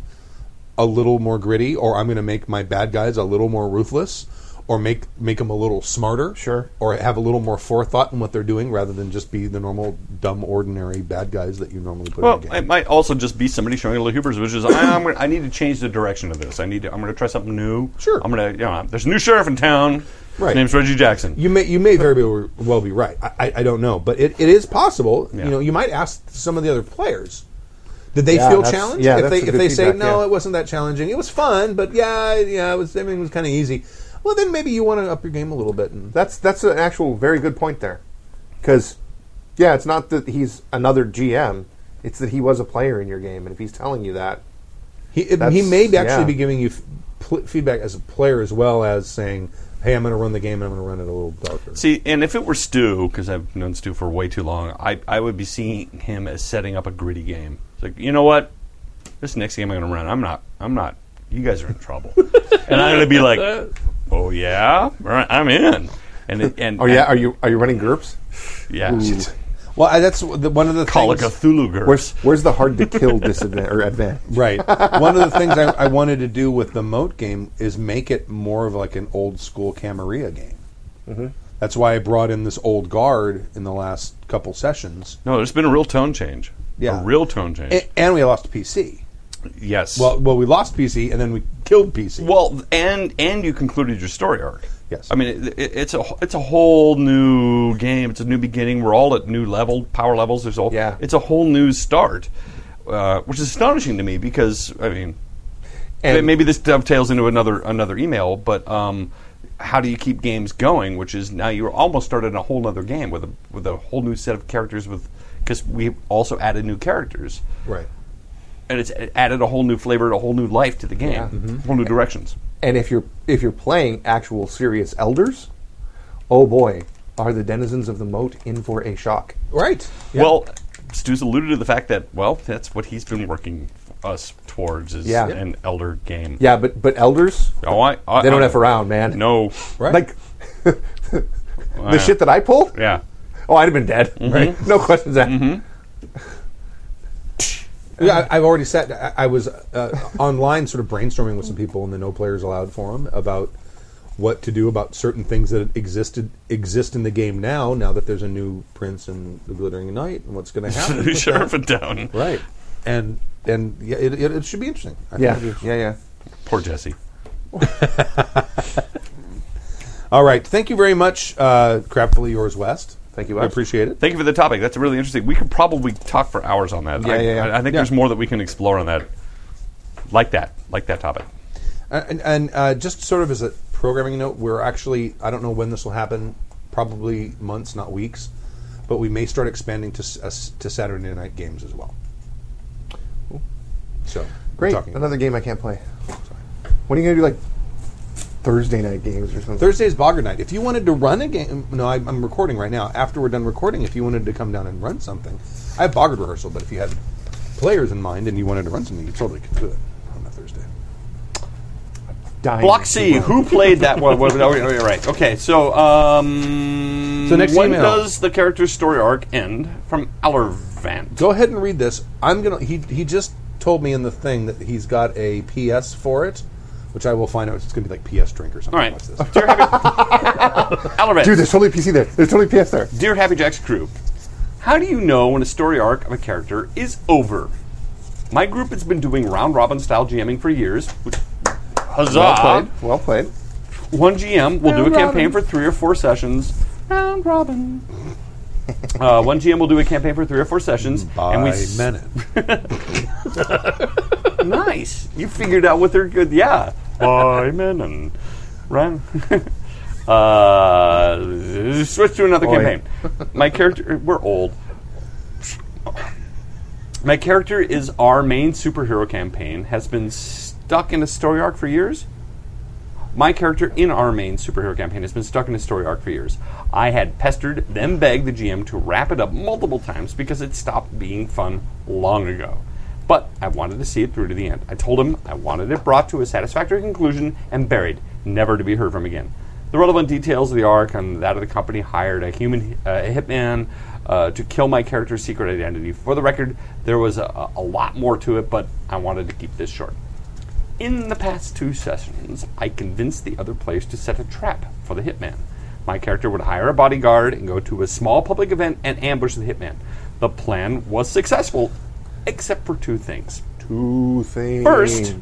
Speaker 2: a little more gritty, or I'm going to make my bad guys a little more ruthless, or make make them a little smarter,
Speaker 4: Sure.
Speaker 2: or have a little more forethought in what they're doing, rather than just be the normal dumb ordinary bad guys that you normally put
Speaker 3: well,
Speaker 2: in a
Speaker 3: it
Speaker 2: game."
Speaker 3: might also just be somebody showing a little hubris, which is I, I'm gonna, I need to change the direction of this. I need to, I'm going to try something new.
Speaker 2: Sure.
Speaker 3: I'm going to. You know, there's a new sheriff in town.
Speaker 2: Right.
Speaker 3: His name's Reggie Jackson.
Speaker 2: you may you may very be- well be right. I, I- I don't know, but it, it is possible.
Speaker 3: Yeah.
Speaker 2: You know, you might ask some of the other players. Did they
Speaker 4: Yeah,
Speaker 2: feel
Speaker 4: that's-
Speaker 2: challenged?
Speaker 4: yeah,
Speaker 2: if
Speaker 4: that's
Speaker 2: they
Speaker 4: a
Speaker 2: if
Speaker 4: good
Speaker 2: they say
Speaker 4: feedback,
Speaker 2: no,
Speaker 4: yeah.
Speaker 2: it wasn't that challenging. It was fun, but yeah, yeah, it was everything was kind of easy. Well, then maybe you want to up your game a little bit. And
Speaker 4: That's that's an actual very good point there, because yeah, it's not that he's another GM; it's that he was a player in your game, and if he's telling you that,
Speaker 2: He, it- he
Speaker 4: That's-
Speaker 2: may be actually
Speaker 4: yeah.
Speaker 2: be giving you f- pl- feedback as a player as well as saying, "Hey, I'm going to run the game and I'm going to run it a little darker."
Speaker 3: See, and if it were Stu, because I've known Stu for way too long, I, I would be seeing him as setting up a gritty game. It's like, you know what? This next game I'm going to run, I'm not, I'm not. You guys are in trouble, and I'm going to be like, oh yeah, All right, I'm in. And it, and
Speaker 4: oh yeah, are you are you running groups?
Speaker 3: yeah,
Speaker 2: Well, I, that's the, one of the
Speaker 3: Call of
Speaker 2: things.
Speaker 3: Cthulhu girl.
Speaker 4: Where's where's the hard to kill disadvantage or advantage?
Speaker 2: Right. One of the things I, I wanted to do with the moat game is make it more of like an old school Camarilla game. That's why I brought in this old guard in the last couple sessions,
Speaker 3: No, there's been a real tone change.
Speaker 2: Yeah.
Speaker 3: a real tone change.
Speaker 2: A- and we lost PC.
Speaker 3: yes.
Speaker 2: Well, well, we lost PC, and then we killed PC.
Speaker 3: Well, and and you concluded your story arc.
Speaker 2: Yes.
Speaker 3: I mean it, it, it's a it's a whole new game. It's a new beginning. We're all at new level power levels. There's all
Speaker 4: Yeah.
Speaker 3: It's a whole new start, uh, which is astonishing to me because I mean,
Speaker 4: And-
Speaker 3: maybe this dovetails into another another email, but. Um, how do you keep games going? Which is now you're almost starting a whole other game with a with a whole new set of characters with because we also added new characters
Speaker 2: right.
Speaker 3: and it's added a whole new flavor, a whole new life to the game,
Speaker 4: Mm-hmm.
Speaker 3: whole new directions.
Speaker 4: And if you're if you're playing actual serious elders, oh boy, are the denizens of the moat in for a shock?
Speaker 2: Right.
Speaker 3: Well, Stu's alluded to the fact that well, that's what he's been working us towards is
Speaker 4: Yeah.
Speaker 3: an elder game.
Speaker 4: Yeah, but but elders,
Speaker 3: Oh, I, I,
Speaker 4: they don't
Speaker 3: I-
Speaker 4: f around, man.
Speaker 3: No.
Speaker 2: Right.
Speaker 4: like (laughs) the shit that I pulled.
Speaker 3: Yeah.
Speaker 4: Oh, I'd have been dead. Right? No questions asked.
Speaker 2: Yeah, I, I've already said I, I was uh, online, sort of brainstorming with some people in the No Players Allowed forum about what to do about certain things that existed exist in the game now. Now that there's a new prince and the Glittering Knight, and what's going
Speaker 3: (laughs)
Speaker 2: to happen?
Speaker 3: New
Speaker 2: with
Speaker 3: sheriff
Speaker 2: that.
Speaker 3: in town.
Speaker 2: right? And and yeah, it, it, it should be interesting. I think
Speaker 4: Yeah,
Speaker 2: it'll be interesting.
Speaker 4: yeah, yeah.
Speaker 3: Poor Jesse.
Speaker 2: All right. Thank you very much, uh, Crapfully Yours West.
Speaker 4: Thank you,
Speaker 2: I
Speaker 4: Wes.
Speaker 2: appreciate it.
Speaker 3: Thank you for the topic. That's really interesting. We could probably talk for hours on that.
Speaker 4: Yeah,
Speaker 3: I,
Speaker 4: yeah, yeah.
Speaker 3: I, I think
Speaker 2: Yeah.
Speaker 3: there's more that we can explore on that. Like that. Like that topic.
Speaker 2: Uh, And, and uh, just sort of as a programming note, we're actually, I don't know when this will happen, probably months, not weeks, but we may start expanding to, s- uh, s- to Saturday night games as well. So, we're
Speaker 4: Great.
Speaker 2: talking-
Speaker 4: Another game I can't play. What are you gonna do like Thursday night games or something?
Speaker 2: Thursday's Bogger Night. If you wanted to run a game, no, I, I'm recording right now. After we're done recording, if you wanted to come down and run something, I have Bogger rehearsal, but if you had players in mind and you wanted to run something, you totally could do it on a Thursday.
Speaker 4: Dying.
Speaker 6: Block C. Who played that one? What, oh, yeah, right. Okay. So, um,
Speaker 2: So next
Speaker 6: when
Speaker 2: email.
Speaker 6: does the character's story arc end from Allervant?
Speaker 2: go ahead and read this. I'm gonna. He he just told me in the thing that he's got a PS for it, which I will find out. It's gonna be like PS drink or something.
Speaker 6: All right.
Speaker 2: Watch this.
Speaker 6: Dear Happy Allervant.
Speaker 4: Dude, there's totally PC there. There's totally PS there.
Speaker 6: Dear Happy Jacks crew, how do you know when a story arc of a character is over? My group has been doing round robin style GMing for years, which
Speaker 7: Huzzah!
Speaker 4: Well played. Well played.
Speaker 3: one GM will do a
Speaker 4: Round
Speaker 3: campaign for
Speaker 4: robin.
Speaker 3: three or four sessions. Round robin. uh, one GM will do a campaign for three or four sessions, and we s-
Speaker 2: meant it.
Speaker 3: (laughs) nice. You figured out what they're good. Yeah, by men and Ryan. (laughs) uh, switch to another
Speaker 4: Boy.
Speaker 3: campaign. My character. We're old. My character is our main superhero campaign. Has been stuck in a story arc for years. My character in our main superhero campaign has been stuck in a story arc for years. I had pestered, then begged the GM to wrap it up multiple times because it stopped being fun long ago. But I wanted to see it through to the end. I told him I wanted it brought to a satisfactory conclusion and buried, never to be heard from again. The relevant details of the arc and that of the company hired a human uh, a hitman uh, to kill my character's secret identity. For the record, there was a, a lot more to it, but I wanted to keep this short. In the past two sessions, I convinced the other players to set a trap for the hitman. My character would hire a bodyguard and go to a small public event and ambush the hitman. The plan was successful, except for two things.
Speaker 4: Two things.
Speaker 3: First-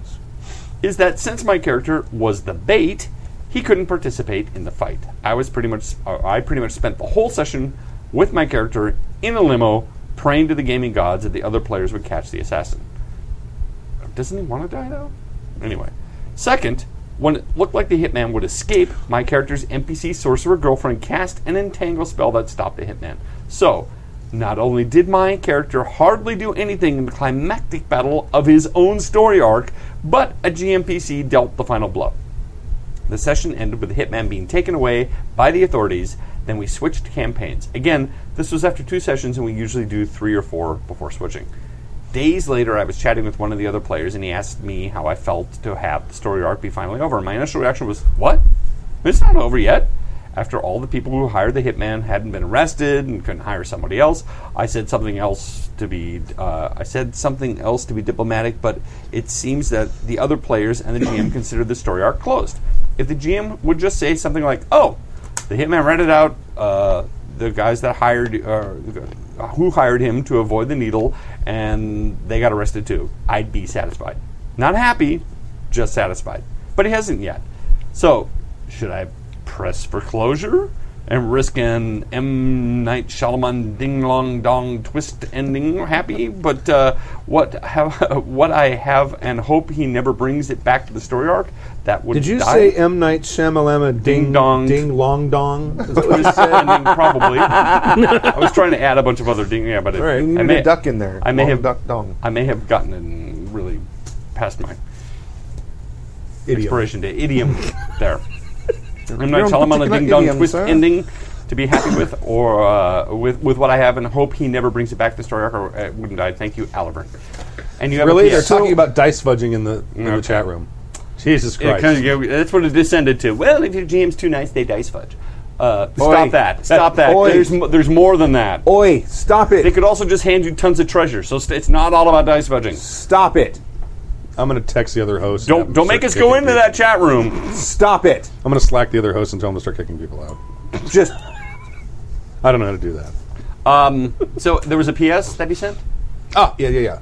Speaker 3: Is that since my character was the bait, he couldn't participate in the fight. I was pretty much uh, I pretty much spent the whole session with my character in a limo praying to the gaming gods that the other players would catch the assassin. Doesn't he want to die though? Anyway, second, when it looked like the hitman would escape, my character's NPC sorcerer girlfriend cast an entangle spell that stopped the hitman. So, not only did my character hardly do anything in the climactic battle of his own story arc, but a GMPC dealt the final blow. The session ended with the hitman being taken away by the authorities. Then we switched campaigns. Again, this was after two sessions, and we usually do three or four before switching. Days later, I was chatting with one of the other players, and he asked me how I felt to have the story arc be finally over. My initial reaction was, What? It's not over yet. After all the people who hired the hitman hadn't been arrested and couldn't hire somebody else, I said something else to be uh, I said something else to be diplomatic, but it seems that the other players and the GM considered the story arc closed. If the GM would just say something like, "Oh, the hitman rented out uh, the guys that hired uh, who hired him to avoid the needle, and they got arrested too," I'd be satisfied. Not happy, just satisfied. But he hasn't yet. So, should I press for closure and risk an M. Night Shyamalan ding long dong twist ending? Happy, but uh, what have (laughs) what I have and hope he never brings it back to the story arc. That would
Speaker 2: Did you
Speaker 3: die. (laughs)
Speaker 2: say M Night Shyamalama ding,
Speaker 3: Ding dong.
Speaker 2: ding long (laughs) dong? Is that what you
Speaker 3: twist
Speaker 2: said?
Speaker 3: ending?
Speaker 4: (laughs)
Speaker 3: Probably. I was trying to add a bunch of other ding. Yeah, but it,
Speaker 2: right.
Speaker 4: You
Speaker 2: You
Speaker 3: I
Speaker 4: needed
Speaker 3: may,
Speaker 4: a duck in there.
Speaker 3: I may
Speaker 4: Long
Speaker 3: have
Speaker 4: duck dong.
Speaker 3: I may have gotten it and really past my
Speaker 2: Idiom.
Speaker 3: inspiration to idiom there. I'm
Speaker 4: Your
Speaker 3: not
Speaker 4: own
Speaker 3: telling him on the
Speaker 4: particular
Speaker 3: ding dong
Speaker 4: idiom,
Speaker 3: twist
Speaker 4: sir.
Speaker 3: ending to be happy with, or uh, with with what I have, and hope he never brings it back to story arc, or uh, wouldn't I? Thank you, Alibert. And you have
Speaker 2: Really?
Speaker 3: A
Speaker 2: They're
Speaker 3: PS.
Speaker 2: talking about dice fudging in the, in the chat room. Jesus
Speaker 3: Yeah,
Speaker 2: Christ.
Speaker 3: 'cause you- that's what it descended to. Well, if your GM's too nice, they dice fudge. Uh, stop that! Stop that!
Speaker 4: Oi.
Speaker 3: There's mo- there's more than that.
Speaker 4: Oi! Stop
Speaker 3: They
Speaker 4: it!
Speaker 3: could also just hand you tons of treasure, so st- it's not all about dice fudging.
Speaker 4: Stop it!
Speaker 2: I'm going to text the other host. and have
Speaker 3: Don't
Speaker 2: him
Speaker 3: don't make
Speaker 2: start
Speaker 3: us go
Speaker 2: kicking
Speaker 3: into
Speaker 2: people.
Speaker 3: that chat room.
Speaker 4: Stop it!
Speaker 2: I'm going to slack the other host and tell him to start kicking people out.
Speaker 4: Just
Speaker 2: I don't know how to do that.
Speaker 3: Um, so there was a PS that he sent.
Speaker 2: Ah, yeah, yeah, yeah.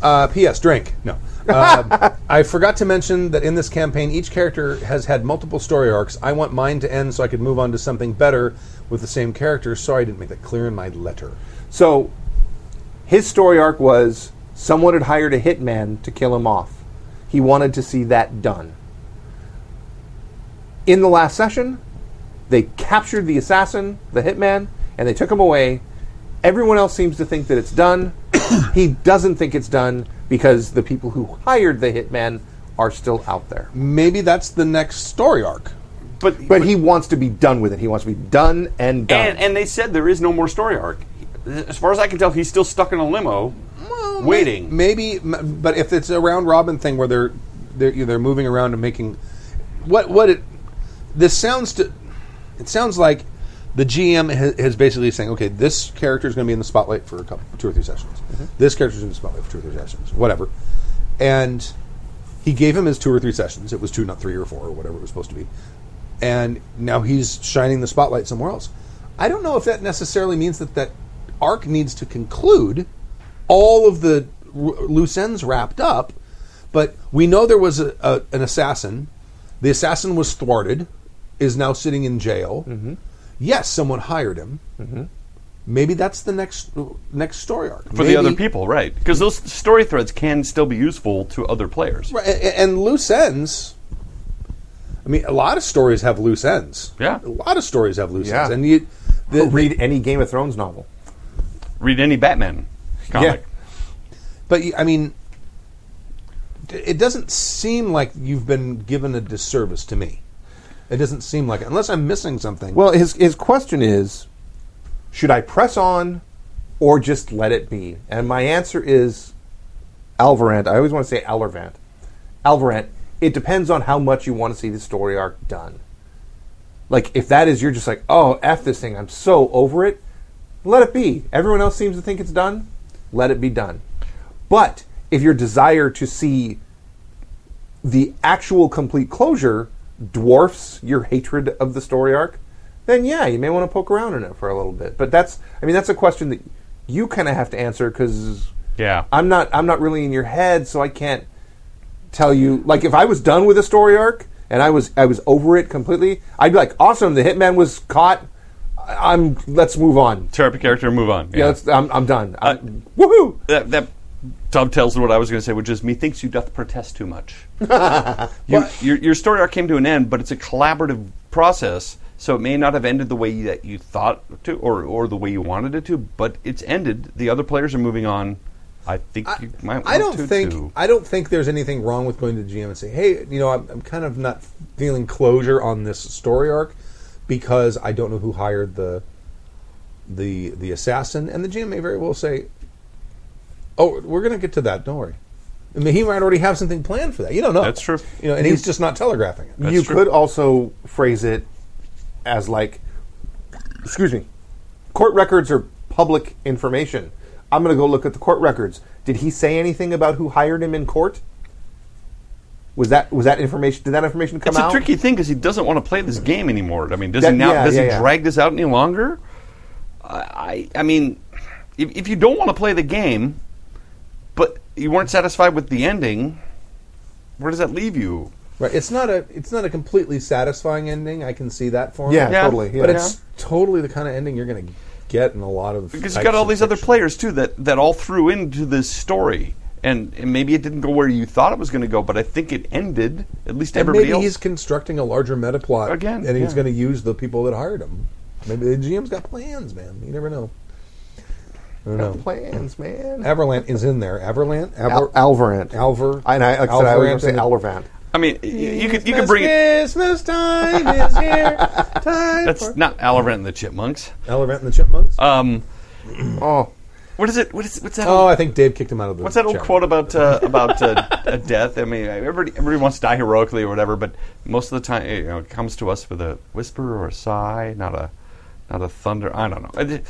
Speaker 2: Uh, P.S. Drink. No. Uh, (laughs) I forgot to mention that in this campaign, each character has had multiple story arcs. I want mine to end so I could move on to something better with the same character. Sorry I didn't make that clear in my letter.
Speaker 4: so. His story arc was someone had hired a hitman to kill him off. He wanted to see that done. In the last session, they captured the assassin, the hitman, and they took him away. Everyone else seems to think that it's done. (coughs) he doesn't think it's done because the people who hired the hitman are still out there.
Speaker 2: Maybe that's the next story arc.
Speaker 3: But
Speaker 4: But he wants to be done with it. He wants to be done and done.
Speaker 3: and, and they said there is no more story arc. As far as I can tell, he's still stuck in a limo, waiting.
Speaker 2: Maybe, m- but if it's a round robin thing where they're they're you know, they're moving around and making what what it this sounds to it sounds like the GM ha- has basically saying, okay, this character is going to be in the spotlight for a couple, two or three sessions. This character's in the spotlight for two or three sessions, whatever. And he gave him his two or three sessions. It was two, not three or four, or whatever it was supposed to be. And now he's shining the spotlight somewhere else. I don't know if that necessarily means that that arc needs to conclude, all of the r- loose ends wrapped up. But we know there was a, a, an assassin. The assassin was thwarted, is now sitting in jail.
Speaker 3: Mm-hmm.
Speaker 2: Yes, someone hired him. Maybe that's the next next story arc
Speaker 3: for the other people, right? Because those story threads can still be useful to other players.
Speaker 2: Right, a- a- and loose ends. I mean, a lot of stories have loose ends.
Speaker 3: Yeah.
Speaker 2: a lot of stories have loose
Speaker 4: Yeah.
Speaker 2: ends, and you the,
Speaker 4: Read any Game of Thrones novel.
Speaker 3: Read any Batman comic.
Speaker 2: But you- I mean, d- it doesn't seem like you've been given a disservice to me. It doesn't seem like it, unless I'm missing something.
Speaker 4: Well, his his question is, should I press on, or just let it be? And my answer is, Alvarant. I always want to say Alvarant. Alvarant. It depends on how much you want to see the story arc done. Like if that is you're just like, oh f this thing, I'm so over it. Let it be. Everyone else seems to think it's done. Let it be done. But if your desire to see the actual complete closure dwarfs your hatred of the story arc, then yeah, you may want to poke around in it for a little bit. But that's, I mean, that's a question that you kind of have to answer because
Speaker 3: Yeah.
Speaker 4: I'm not, I'm not really in your head, so I can't tell you. Like, if I was done with a story arc and I was, I was over it completely, I'd be like, awesome, the hitman was caught. I- I'm, let's move on.
Speaker 3: Tear up a character and move on.
Speaker 4: Yeah, let's, I'm, I'm done. I'm, woohoo!
Speaker 3: that that dovetails with what I was going to say, which is methinks you doth protest too
Speaker 2: (laughs)
Speaker 3: much. you, your, your story arc came to an end, but it's a collaborative process, so it may not have ended the way that you thought to, or or the way you wanted it to, but it's ended. The other players are moving on. I think you might.
Speaker 2: I
Speaker 3: want
Speaker 2: don't
Speaker 3: to,
Speaker 2: think
Speaker 3: too.
Speaker 2: I don't think there's anything wrong with going to the GM and say, "Hey, you know, I'm, I'm kind of not feeling closure on this story arc because I don't know who hired the the the assassin." And the GM may very well say, "Oh, we're going to get to that. Don't worry." I mean, he might already have something planned for that. You don't know.
Speaker 3: That's true.
Speaker 2: You know, and he's just not telegraphing it.
Speaker 4: you
Speaker 3: true.
Speaker 4: could also phrase it as like, excuse me, court records are public information. I'm going to go look at the court records. Did he say anything about who hired him in court? Was that was that information? Did that information come
Speaker 3: it's
Speaker 4: out?
Speaker 3: a tricky thing because he doesn't want to play this game anymore. I mean, does
Speaker 4: That-
Speaker 3: he now?
Speaker 4: yeah,
Speaker 3: does
Speaker 4: yeah,
Speaker 3: he
Speaker 4: yeah.
Speaker 3: drag this out any longer? I I, I mean, if, if you don't want to play the game, but you weren't satisfied with the ending, where does that leave you?
Speaker 2: Right. It's not a it's not a completely satisfying ending. I can see that for him.
Speaker 4: Yeah,
Speaker 3: Yeah.
Speaker 4: totally. Yeah.
Speaker 2: But it's totally the kind of ending you're going to get in a lot of
Speaker 3: Because you
Speaker 2: types
Speaker 3: got all
Speaker 2: of
Speaker 3: these other
Speaker 2: fiction.
Speaker 3: players too that that all threw into this story. And, and maybe it didn't go where you thought it was going to go, but I think it ended. At least
Speaker 2: And
Speaker 3: everybody
Speaker 2: maybe
Speaker 3: else.
Speaker 2: he's constructing a larger meta plot
Speaker 3: Again,
Speaker 2: and he's
Speaker 3: yeah.
Speaker 2: going to use the people that hired him. Maybe the GM's got plans, man. You never know. I don't know.
Speaker 4: plans, man.
Speaker 2: Averlant is in there. Averlant,
Speaker 4: Al-
Speaker 2: Aver,
Speaker 4: Alvarant.
Speaker 2: Alver,
Speaker 4: and I, like I said, I
Speaker 2: Alvarant
Speaker 4: always say
Speaker 2: and the-
Speaker 4: Alvarant.
Speaker 3: I mean, y- you could you could bring it.
Speaker 2: Christmas time is here. Time
Speaker 3: That's
Speaker 2: for
Speaker 3: not Alarant and the Chipmunks.
Speaker 2: Averlant and the Chipmunks.
Speaker 3: Um,
Speaker 4: Oh,
Speaker 3: what is it? What is what's
Speaker 4: Uh,
Speaker 3: that?
Speaker 2: oh, I think Dave kicked him out of the.
Speaker 3: What's that old
Speaker 2: chat.
Speaker 3: quote about uh, about uh, a death? I mean, everybody, everybody wants to die heroically or whatever, but most of the time, you know, it comes to us with a whisper or a sigh, not a not a thunder. I don't know. I di-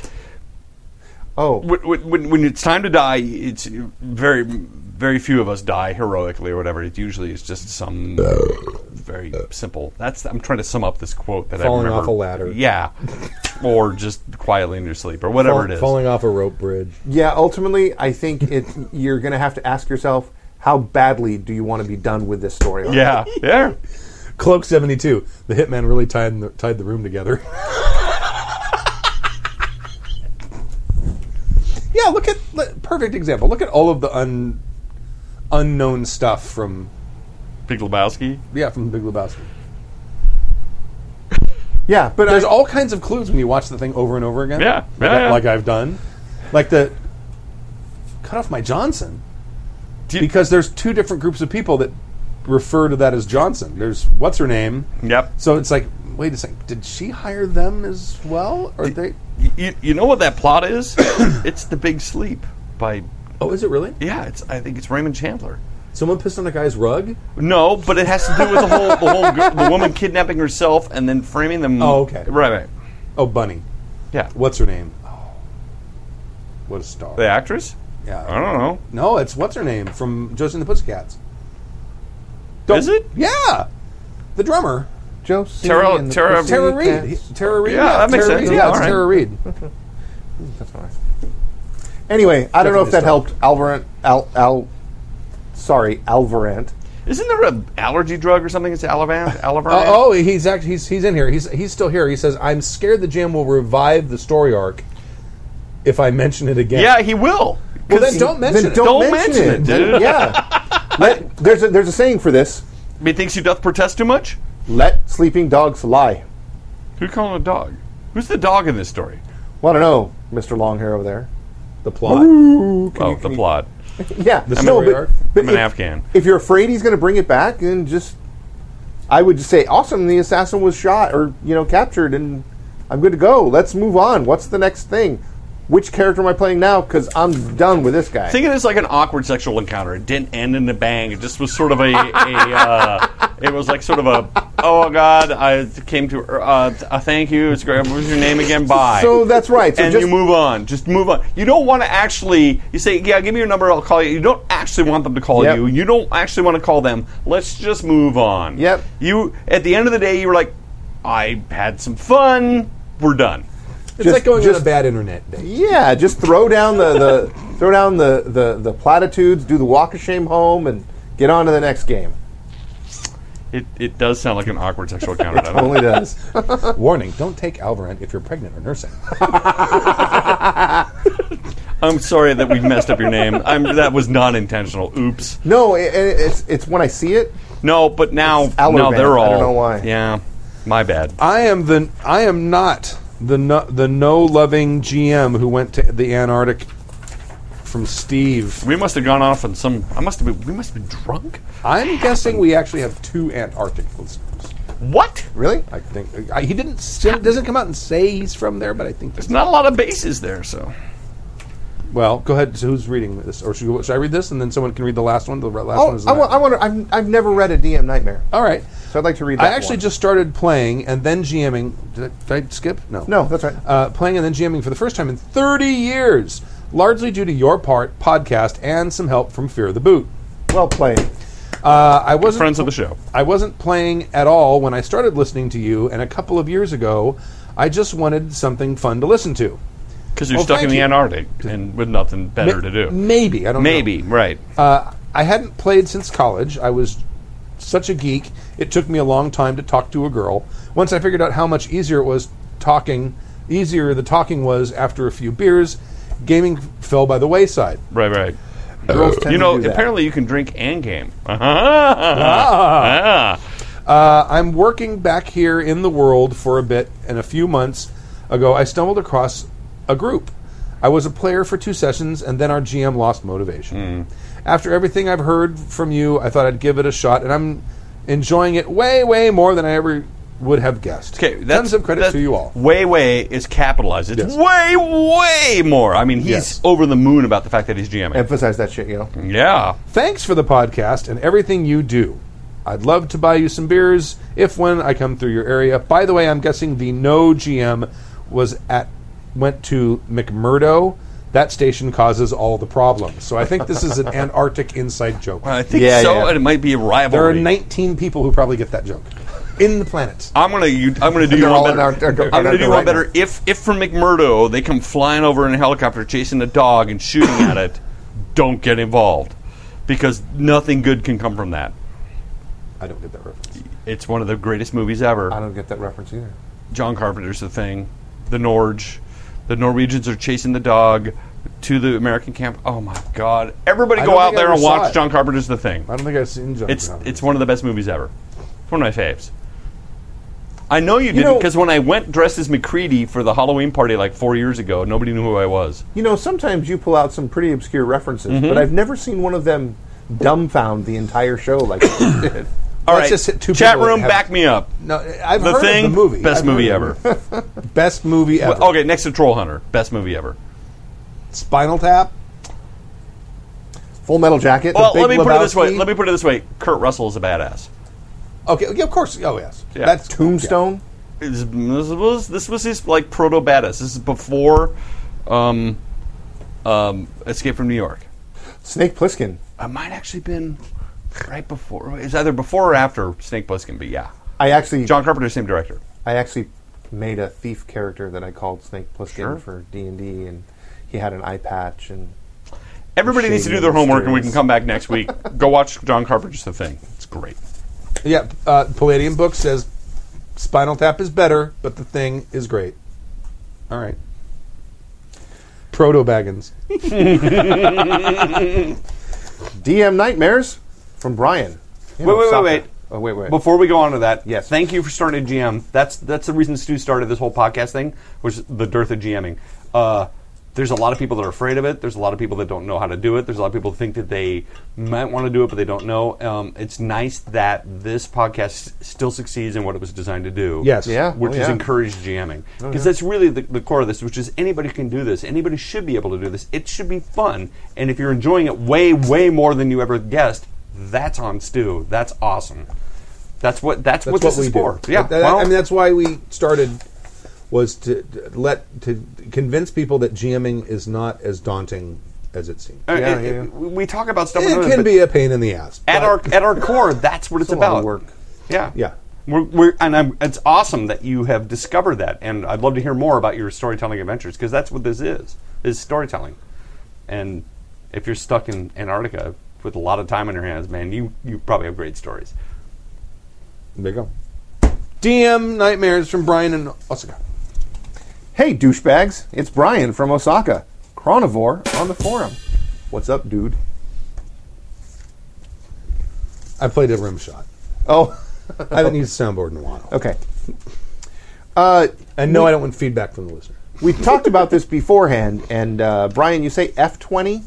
Speaker 4: oh,
Speaker 3: When, when- when, when it's time to die, it's very very few of us die heroically or whatever. It usually is just some very simple. That's I'm trying to sum up this quote that
Speaker 2: Falling
Speaker 3: I remember.
Speaker 2: off a ladder.
Speaker 3: yeah, (laughs) or just quietly in your sleep or whatever it
Speaker 2: Fall-
Speaker 3: is.
Speaker 2: Falling off a rope bridge.
Speaker 4: yeah. Ultimately, I think it. You're going to have to ask yourself, how badly do you want to be done with this story? arc?
Speaker 3: Yeah, yeah.
Speaker 2: Cloak seventy two. The hitman really tied the, tied the room together. (laughs) yeah, look at li- perfect example. Look at all of the un, unknown stuff from
Speaker 3: Big Lebowski.
Speaker 2: yeah from Big Lebowski.
Speaker 4: yeah. But uh,
Speaker 2: There's
Speaker 4: I,
Speaker 2: all kinds of clues when you watch the thing over and over again.
Speaker 3: Yeah,
Speaker 2: like,
Speaker 3: yeah,
Speaker 2: I-
Speaker 3: yeah.
Speaker 2: like I've done, like the cut off my Johnson
Speaker 3: Do you-
Speaker 2: because there's two different groups of people that refer to that as Johnson. There's what's her name.
Speaker 3: Yep.
Speaker 2: So it's like, wait a second, did she hire them as well? Or they?
Speaker 3: You, you know what that plot is? (coughs) it's The Big Sleep by
Speaker 2: Oh, is it really?
Speaker 3: yeah. It's I think it's Raymond Chandler.
Speaker 2: Someone pissed on a guy's rug.
Speaker 3: No, but it has to do with the whole the whole gir- the woman kidnapping herself and then framing them.
Speaker 2: Oh, okay.
Speaker 3: Right, right.
Speaker 2: Oh, Bunny.
Speaker 3: Yeah.
Speaker 2: What's her name? Oh, what a star.
Speaker 3: The actress?
Speaker 2: Yeah.
Speaker 3: I don't know.
Speaker 2: No, it's what's her name from Josie and the Pussycats. Don't-
Speaker 3: Is it?
Speaker 2: Yeah, the drummer.
Speaker 4: Josie
Speaker 3: Tara-
Speaker 4: and the
Speaker 3: Tara-
Speaker 2: Tara
Speaker 4: Pussycats.
Speaker 2: Reed. Tara Reed.
Speaker 3: Yeah, that makes
Speaker 2: Tara
Speaker 3: sense.
Speaker 2: Reed.
Speaker 3: Yeah,
Speaker 2: Yeah, it's
Speaker 3: all right.
Speaker 2: Tara Reed.
Speaker 4: Anyway, I don't know if that
Speaker 2: Definitely
Speaker 4: helped. Alvarant, Al, Al, Sorry, Alvarant.
Speaker 3: Isn't there an allergy drug or something? It's
Speaker 2: (laughs)
Speaker 3: Alivant? Alivant?
Speaker 2: Uh, oh, he's actually he's, he's in here. He's he's still here. He says, "I'm scared the jam will revive the story arc if I mention it again."
Speaker 3: Yeah, he will.
Speaker 2: Well, then
Speaker 3: 'Cause-
Speaker 2: don't mention
Speaker 4: Then
Speaker 2: it.
Speaker 4: don't,
Speaker 3: Don't
Speaker 4: mention,
Speaker 3: mention
Speaker 4: it.
Speaker 3: it, dude. (laughs)
Speaker 4: yeah. Let- there's, a, there's a saying for this.
Speaker 3: Methinks he doth protest too much?
Speaker 4: Let sleeping dogs lie.
Speaker 3: Who you calling a dog? Who's the dog in this story?
Speaker 4: Well, I don't know, Mr. Longhair over there.
Speaker 2: the plot.
Speaker 3: oh, the plot.
Speaker 4: Yeah,
Speaker 2: The
Speaker 4: no,
Speaker 2: story arc.
Speaker 4: but, but
Speaker 3: I'm an
Speaker 4: if,
Speaker 3: Afghan.
Speaker 4: if you're afraid he's going to bring it back, then just I would just say, awesome, the assassin was shot or you know captured, and I'm good to go. Let's move on. What's the next thing? Which character am I playing now? Because I'm done with this guy.
Speaker 3: Think of this like an awkward sexual encounter. It didn't end in a bang. It just was sort of a. a uh, it was like sort of a. Oh God! I came to. Uh, uh, thank you. It's great. What was your name again? Bye.
Speaker 4: so that's right. So
Speaker 3: and
Speaker 4: just
Speaker 3: you move on. Just move on. You don't want to actually. You say, "Yeah, give me your number. I'll call you." You don't actually want them to call
Speaker 4: Yep.
Speaker 3: you. You don't actually want to call them. Let's just move on.
Speaker 4: Yep.
Speaker 3: You at the end of the day, you were like, "I had some fun. We're done."
Speaker 2: It's
Speaker 4: just-
Speaker 2: like going
Speaker 4: just-
Speaker 2: on a bad internet day.
Speaker 4: yeah, just throw down the, the throw down the, the the platitudes, do the walk of shame home, and get on to the next game.
Speaker 3: It, it does sound like an awkward sexual encounter. doesn't it? (laughs)
Speaker 4: Only does.
Speaker 2: Warning: Don't take Alvarant if you're pregnant or nursing.
Speaker 3: I'm sorry that we messed up your name. I'm, that was not intentional. Oops.
Speaker 4: No, it, it- it's it's when I see it.
Speaker 3: No, but now now
Speaker 4: Alabama.
Speaker 3: they're all.
Speaker 4: I don't know why.
Speaker 3: Yeah, my bad.
Speaker 2: I am the I am not the no, the no loving GM who went to the Antarctic from Steve.
Speaker 3: We must have gone off on some. I must have. Been, we must have been drunk.
Speaker 2: I'm guessing we actually have two Antarctic listeners.
Speaker 3: What?
Speaker 4: Really?
Speaker 2: I think I, he didn't s- doesn't come out and say he's from there, but I think
Speaker 3: There's not a lot of bases there, so.
Speaker 2: Well, go ahead. So who's reading this, or should, should I read this and then someone can read the last one? The re- last one
Speaker 4: Oh,
Speaker 2: is.
Speaker 4: I,
Speaker 2: the
Speaker 4: wa-
Speaker 2: night.
Speaker 4: I wonder. I've, I've never read a DM Nightmare,
Speaker 2: All right.
Speaker 4: so I'd like to read. that
Speaker 2: I actually
Speaker 4: one.
Speaker 2: just started playing and then GMing. Did I, did I skip? No.
Speaker 4: No, that's right.
Speaker 2: Uh, playing and then GMing for the first time in 30 years, largely due to your part podcast and some help from Fear of the Boot.
Speaker 4: Well played.
Speaker 2: Uh, I wasn't
Speaker 3: Friends of the show.
Speaker 2: I wasn't playing at all when I started listening to you, and a couple of years ago, I just wanted something fun to listen to.
Speaker 3: Because you're
Speaker 2: Well,
Speaker 3: stuck in
Speaker 2: thank
Speaker 3: the
Speaker 2: you.
Speaker 3: Antarctic and with nothing better to do.
Speaker 2: Maybe I don't. know.
Speaker 3: Maybe right.
Speaker 2: Uh, I hadn't played since college. I was such a geek. It took me a long time to talk to a girl. Once I figured out how much easier it was talking, easier the talking was after a few beers, gaming fell by the wayside.
Speaker 3: right. Right.
Speaker 4: Girls tend
Speaker 3: Uh, You know,
Speaker 4: to do that.
Speaker 3: apparently you can drink and game. (laughs) Ah.
Speaker 2: Uh, I'm working back here in the world for a bit, and a few months ago, I stumbled across a group. I was a player for two sessions, and then our GM lost motivation.
Speaker 3: Hmm.
Speaker 2: After everything I've heard from you, I thought I'd give it a shot, and I'm enjoying it way, way more than I ever would have guessed.
Speaker 3: Okay, that's
Speaker 2: Tons of credit
Speaker 3: that-
Speaker 2: to you all.
Speaker 3: Way, way is capitalized. It's
Speaker 2: Yes.
Speaker 3: way, way more. I mean, he's
Speaker 2: Yes.
Speaker 3: over the moon about the fact that he's GMing.
Speaker 4: Emphasize that shit. You know.
Speaker 3: yeah,
Speaker 2: Thanks for the podcast and everything you do. I'd love to buy you some beers if when I come through your area. By the way, I'm guessing the no GM was at went to McMurdo. That station causes all the problems. So I think
Speaker 3: (laughs)
Speaker 2: this is an Antarctic inside joke.
Speaker 3: I think
Speaker 4: Yeah,
Speaker 3: so.
Speaker 4: yeah.
Speaker 3: And it might be a
Speaker 2: There are
Speaker 3: rivalry.
Speaker 2: 19 people who probably get that joke in the planet.
Speaker 3: I'm gonna, you, I'm
Speaker 2: (laughs)
Speaker 3: gonna do
Speaker 4: They're
Speaker 3: you
Speaker 4: all
Speaker 3: one
Speaker 4: in
Speaker 3: better.
Speaker 4: our- they're-
Speaker 3: I'm
Speaker 4: they're
Speaker 3: gonna do
Speaker 4: right
Speaker 3: you one
Speaker 4: now.
Speaker 3: better. If, if from McMurdo they come flying over in a helicopter chasing a dog and shooting at it, don't get involved because nothing good can come from that.
Speaker 2: I don't get that reference.
Speaker 3: It's one of the greatest movies ever.
Speaker 4: I don't get that reference either.
Speaker 3: John Carpenter's the thing. The Norge. The Norwegians are chasing the dog to the American camp. Oh my God! Everybody
Speaker 2: I
Speaker 3: go
Speaker 2: don't
Speaker 3: out
Speaker 2: think I
Speaker 3: there
Speaker 2: ever
Speaker 3: and
Speaker 2: saw
Speaker 3: watch
Speaker 2: it.
Speaker 3: John Carpenter's The Thing.
Speaker 2: I don't think I've seen John.
Speaker 3: It's
Speaker 2: Carpenter.
Speaker 3: it's one of the best movies ever. It's one of my faves. I know you, didn't
Speaker 4: know-
Speaker 3: because when I went dressed as McCready for the Halloween party like four years ago, nobody knew who I was.
Speaker 4: You know, sometimes you pull out some pretty obscure references,
Speaker 3: Mm-hmm.
Speaker 4: but I've never seen one of them dumbfound the entire show like
Speaker 3: (coughs)
Speaker 4: you did.
Speaker 3: All
Speaker 2: Let's
Speaker 3: right,
Speaker 2: just hit two
Speaker 3: chat
Speaker 2: people that
Speaker 3: room,
Speaker 2: have-
Speaker 3: back me up.
Speaker 2: no. I've
Speaker 3: The
Speaker 2: heard
Speaker 3: thing,
Speaker 2: of the movie.
Speaker 3: best
Speaker 2: I've
Speaker 3: movie
Speaker 2: heard
Speaker 3: ever.
Speaker 2: of the movie. best movie ever.
Speaker 3: okay, next to Troll Hunter, best movie ever.
Speaker 2: Spinal Tap.
Speaker 4: Full Metal Jacket.
Speaker 3: Well,
Speaker 4: the Big
Speaker 3: let me put it this way.
Speaker 4: Lebowski,
Speaker 3: Let me put it this way. Kurt Russell is a badass.
Speaker 2: Okay, yeah, of course. Oh yes,
Speaker 3: Yeah.
Speaker 2: that's
Speaker 4: Tombstone.
Speaker 3: This was this was his like proto badass. This is before um, um, Escape from New York.
Speaker 4: Snake Plissken.
Speaker 3: I might actually been right before. It's either before or after Snake Plissken, but yeah,
Speaker 4: I actually,
Speaker 3: John Carpenter, same director.
Speaker 4: I actually made a thief character that I called Snake Plissken for D and D, and he had an eye patch and.
Speaker 7: Everybody needs to
Speaker 4: Shady
Speaker 7: do their homework, and we can
Speaker 4: mysterious.
Speaker 7: come back next week. Go watch John Carpenter's The Thing. It's great.
Speaker 2: Yeah, uh, Palladium Book says Spinal Tap is better, but the thing is great. All right. Proto Baggins.
Speaker 4: DM Nightmares from Brian. You
Speaker 3: Wait, wait, wait,
Speaker 4: soccer.
Speaker 3: wait.
Speaker 4: Oh, wait, wait.
Speaker 3: Before we go on to that,
Speaker 4: Yes.
Speaker 3: Thank you for starting GM. That's that's the reason Stu started this whole podcast thing, which is the dearth of GMing. Uh, there's a lot of people that are afraid of it. There's a lot of people that don't know how to do it. There's a lot of people that think that they might want to do it, but they don't know. Um, it's nice that this podcast s- still succeeds in what it was designed to do.
Speaker 2: Yes.
Speaker 4: Yeah.
Speaker 3: Which
Speaker 4: oh,
Speaker 3: is
Speaker 4: yeah.
Speaker 3: encourage GMing. Because that's really the, the core of this, which is anybody can do this. Anybody should be able to do this. It should be fun. And if you're enjoying it way, way more than you ever guessed, that's on Stu. That's awesome. That's what that's,
Speaker 2: That's
Speaker 3: what,
Speaker 2: what
Speaker 3: this
Speaker 2: we
Speaker 3: is
Speaker 2: do.
Speaker 3: for. Yeah.
Speaker 2: That- that-
Speaker 3: well,
Speaker 2: I mean, that's why we started was to, to let to convince people that GMing is not as daunting as it seems.
Speaker 3: uh,
Speaker 4: yeah,
Speaker 3: it-
Speaker 4: yeah.
Speaker 3: it- we talk about stuff. in a
Speaker 2: It
Speaker 3: minute,
Speaker 2: can
Speaker 3: but
Speaker 2: be a pain in the ass.
Speaker 3: at
Speaker 2: but-
Speaker 3: our at our core. That's what it's,
Speaker 4: a lot
Speaker 3: about.
Speaker 4: of work.
Speaker 3: Yeah.
Speaker 2: Yeah.
Speaker 3: We're, we're, and I'm, it's awesome that you have discovered that, and I'd love to hear more about your storytelling adventures because that's what this is: is storytelling. And if you're stuck in Antarctica with a lot of time on your hands, man, you you probably have great stories.
Speaker 2: there you go. DM Nightmares from Brian and Osaka.
Speaker 4: Hey, douchebags. It's Brian from Osaka. Chronivore on the forum. What's up, dude?
Speaker 2: I played a rim shot.
Speaker 4: Oh, (laughs)
Speaker 2: I haven't used a soundboard in a while.
Speaker 4: okay. Uh,
Speaker 2: And no, I don't want feedback from the listener.
Speaker 4: we talked about this beforehand, and uh, Brian, you say F20,